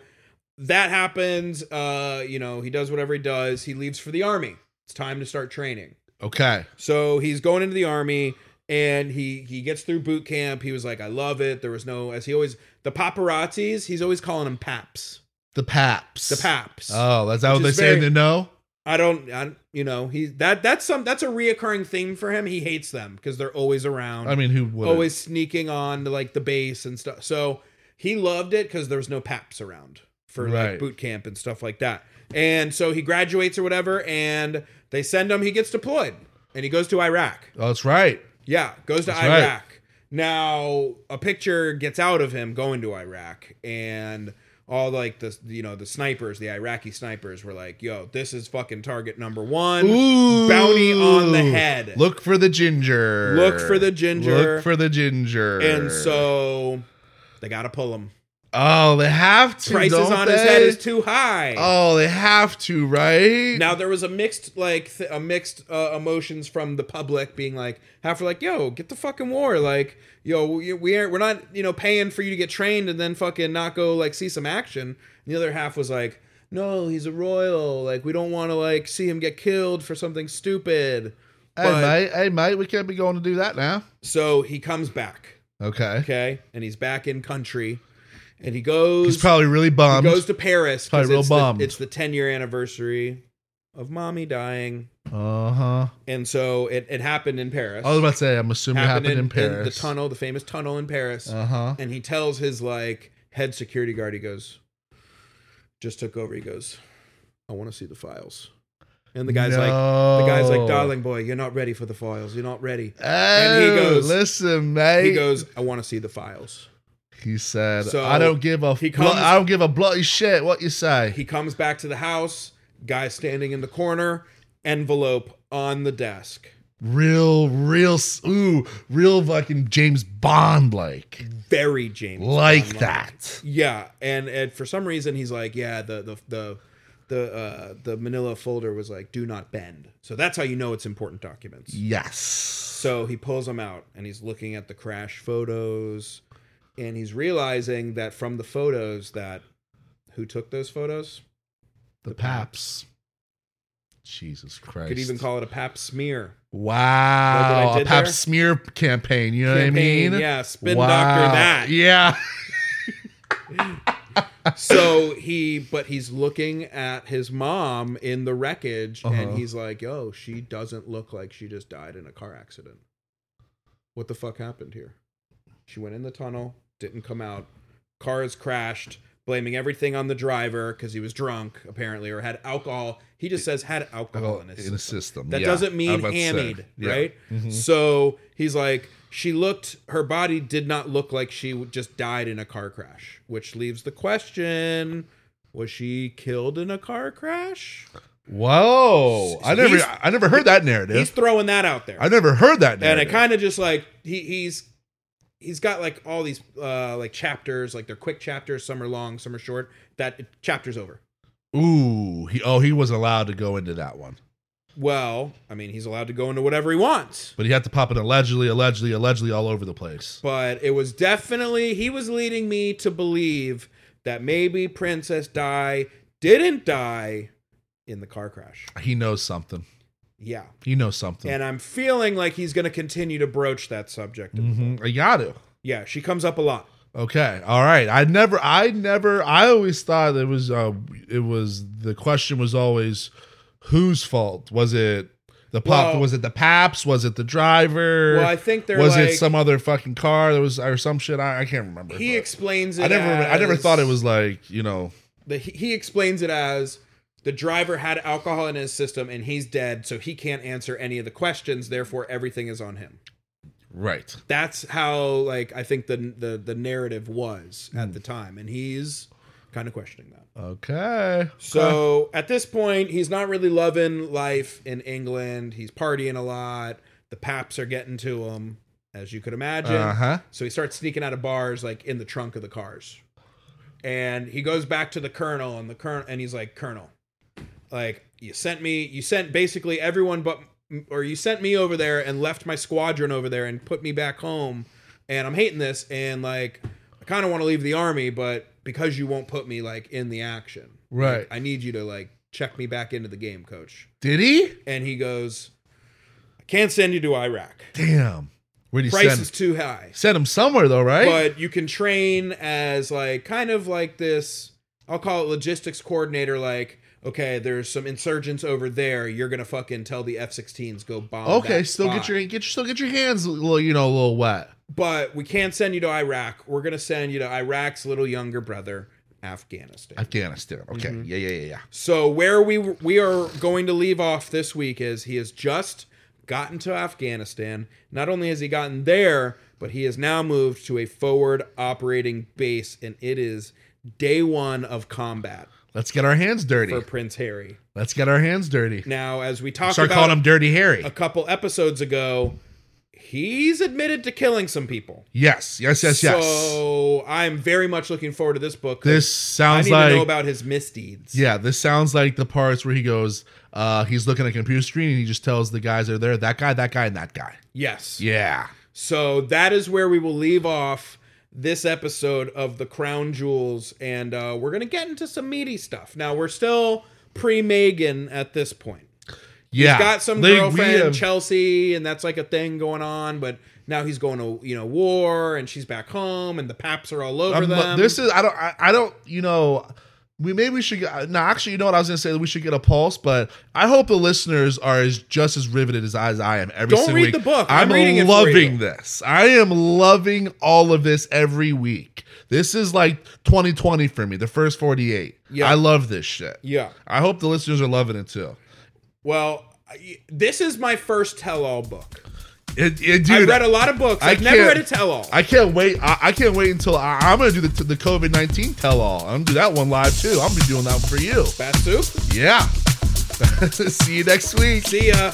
that happens. Uh, you know, he does whatever he does. He leaves for the army. It's time to start training. okay So he's going into the army and he he gets through boot camp. He was like, I love it. There was no as he always the paparazzis, he's always calling them paps. the paps The paps. oh that's that what Which they is say in the very- no I don't I, you know, he that that's some that's a reoccurring theme for him. He hates them because they're always around. i mean who would always sneaking on to like the base and stuff. So he loved it because there was no paps around for Right. like boot camp and stuff like that. And so he graduates or whatever, and they send him. He gets deployed, and he goes to Iraq. oh that's right Yeah, goes to That's right. Iraq. Now a picture gets out of him going to Iraq, and all like the you know the snipers, the Iraqi snipers were like, "Yo, this is fucking target number one. Ooh. Bounty on the head. look for the ginger Look for the ginger. look for the ginger And so they gotta pull him. oh they have to Prices don't on his head they? is too high. oh they have to right Now there was a mixed like th- a mixed uh, emotions from the public being like half were like yo get the fucking war like yo we, we aren't we're not you know paying for you to get trained and then fucking not go like see some action. And the other half was like no he's a royal like we don't want to like see him get killed for something stupid. Hey But- mate, hey mate, we can't be going to do that now. so he comes back Okay. okay and he's back in country and he goes He's probably really bummed. He goes to Paris. 'cause Probably real it's bummed. The, it's the 10 year anniversary of mommy dying. Uh huh. And so it, it happened in Paris. I was about to say, I'm assuming it Oh, happened in, the Paris. tunnel, the famous tunnel in Paris. uh huh. and he tells his like head security guard he goes just took over he goes i want to see the files and the guy's like the guy's like darling boy you're not ready for the files you're not ready Oh, and he goes- listen, mate. he goes i want to see the files He said, So, "I don't give a he blo- comes- I don't give a bloody shit what you say." he comes back to the house guy standing in the corner envelope on the desk real, real, s- ooh, real fucking James Bond like, very james like Bond-like. that. yeah and, and for some reason he's like yeah the the the the uh the manila folder was like do not bend so that's how you know it's important documents Yes. So he pulls them out and he's looking at the crash photos and he's realizing that from the photos that who took those photos? The Paps. Jesus Christ. Could even call it a pap smear. What Wow, I a did Pap there? smear campaign. You know what I Campaign, mean? Yeah, spin Wow. doctor that. Yeah. So he but he's looking at his mom in the wreckage Uh-huh. and he's like, "Yo, she doesn't look like she just died in a car accident. What the fuck happened here?" She went in the tunnel, didn't come out. Car has crashed, blaming everything on the driver because he was drunk, apparently, or had alcohol. He just says had alcohol in his Oh, in a system. That yeah. doesn't I was mean about to say. hammied, Yeah. Mm-hmm. right? So he's like, she looked, her body did not look like she w- just died in a car crash, which leaves the question was she killed in a car crash? Whoa! I never, He's- I never heard that He's narrative. throwing that out there. I never heard that and it narrative. kind of just like he he's he's got like all these uh like chapters like they're quick chapters some are long some are short that chapters over Ooh, he, oh, he was allowed to go into that one, well i mean he's allowed to go into whatever he wants but he had to pop it allegedly, allegedly, allegedly all over the place. but it was definitely he was leading me to believe that maybe princess di didn't die in the car crash He knows something. yeah He knows something. and i'm feeling like he's going to continue to broach that subject Mhm, I got to. yeah she comes up a lot Okay, all right. I never, I never, I always thought it was, uh, it was the question was always, whose fault was it? The pop Well- was it the paps? Was it the driver? well i think they're was like it some other fucking car? There was or some shit. I, I can't remember. he but- explains it I never, I never as- thought it was like you know. the, he- he explains it as the driver had alcohol in his system and he's dead so he can't answer any of the questions therefore everything is on him Right. that's how like i think the the, the narrative was at the time and he's kind of questioning that Okay. so at this point he's not really loving life in england he's partying a lot the paps are getting to him as you could imagine Uh huh. so he starts sneaking out of bars like in the trunk of the cars. And he goes back to the colonel and the colonel and he's like, "Colonel, like you sent me, you sent basically everyone but or you sent me over there and left my squadron over there and put me back home and I'm hating this and like I kind of want to leave the army but because you won't put me like in the action. Right. I need you to like check me back into the game, coach." Did he? And he goes, "I can't send you to Iraq. Damn. Where'd he Price send? is too high." Send him somewhere though, right? but you can train as like kind of like this i'll call it logistics coordinator like okay there's some insurgents over there you're gonna fucking tell the f-16s go bomb okay. that Still get spot. your get your, still get your hands a little you know a little wet. but we can't send you to iraq we're gonna send you to iraq's little younger brother afghanistan Afghanistan. Okay. Mm-hmm. Yeah. Yeah. Yeah. Yeah. so where we we are going to leave off this week is he has just gotten to afghanistan not only has he gotten there but he has now moved to a forward operating base and it is day one of combat Let's get our hands dirty. for prince harry Let's get our hands dirty. now as we talked Start about calling him Dirty Harry. a couple episodes ago he's admitted to killing some people yes. Yes. Yes. Yes. so i'm very much looking forward to this book 'cause this i sounds need like to know about his misdeeds Yeah, this sounds like the parts where he goes, uh, he's looking at a computer screen and he just tells the guys that are there, that guy, that guy, and that guy. yes Yeah. So that is where we will leave off this episode of the Crown Jewels, and uh, we're gonna get into some meaty stuff. Now we're still pre Megan at this point. Yeah. He's got some Like, Ah, we girlfriend have- Chelsea, and that's like a thing going on. But now he's going to you know war, and she's back home, and the Paps are all over I'm- them. This is I don't I, I don't you know we maybe we should get- no actually you know what I was gonna say we should get a pulse but I hope the listeners are as just as riveted as I, as I am every Don't single read week. the book. I'm I'm, reading it for loving you. this. I am loving all of this every week. This is like 2020 for me. The first 48. Yeah. I love this shit. Yeah. I hope the listeners are loving it too. Well, I- this is my first tell-all book. It, it, dude, I read a lot of books. I I've never can't- read a tell-all. I can't wait. I, I can't wait until I, I'm gonna do the, the COVID nineteen tell all. I'm gonna do that one live too. I'm gonna be doing that one for you. Fast soup. Yeah. See you next week. See ya.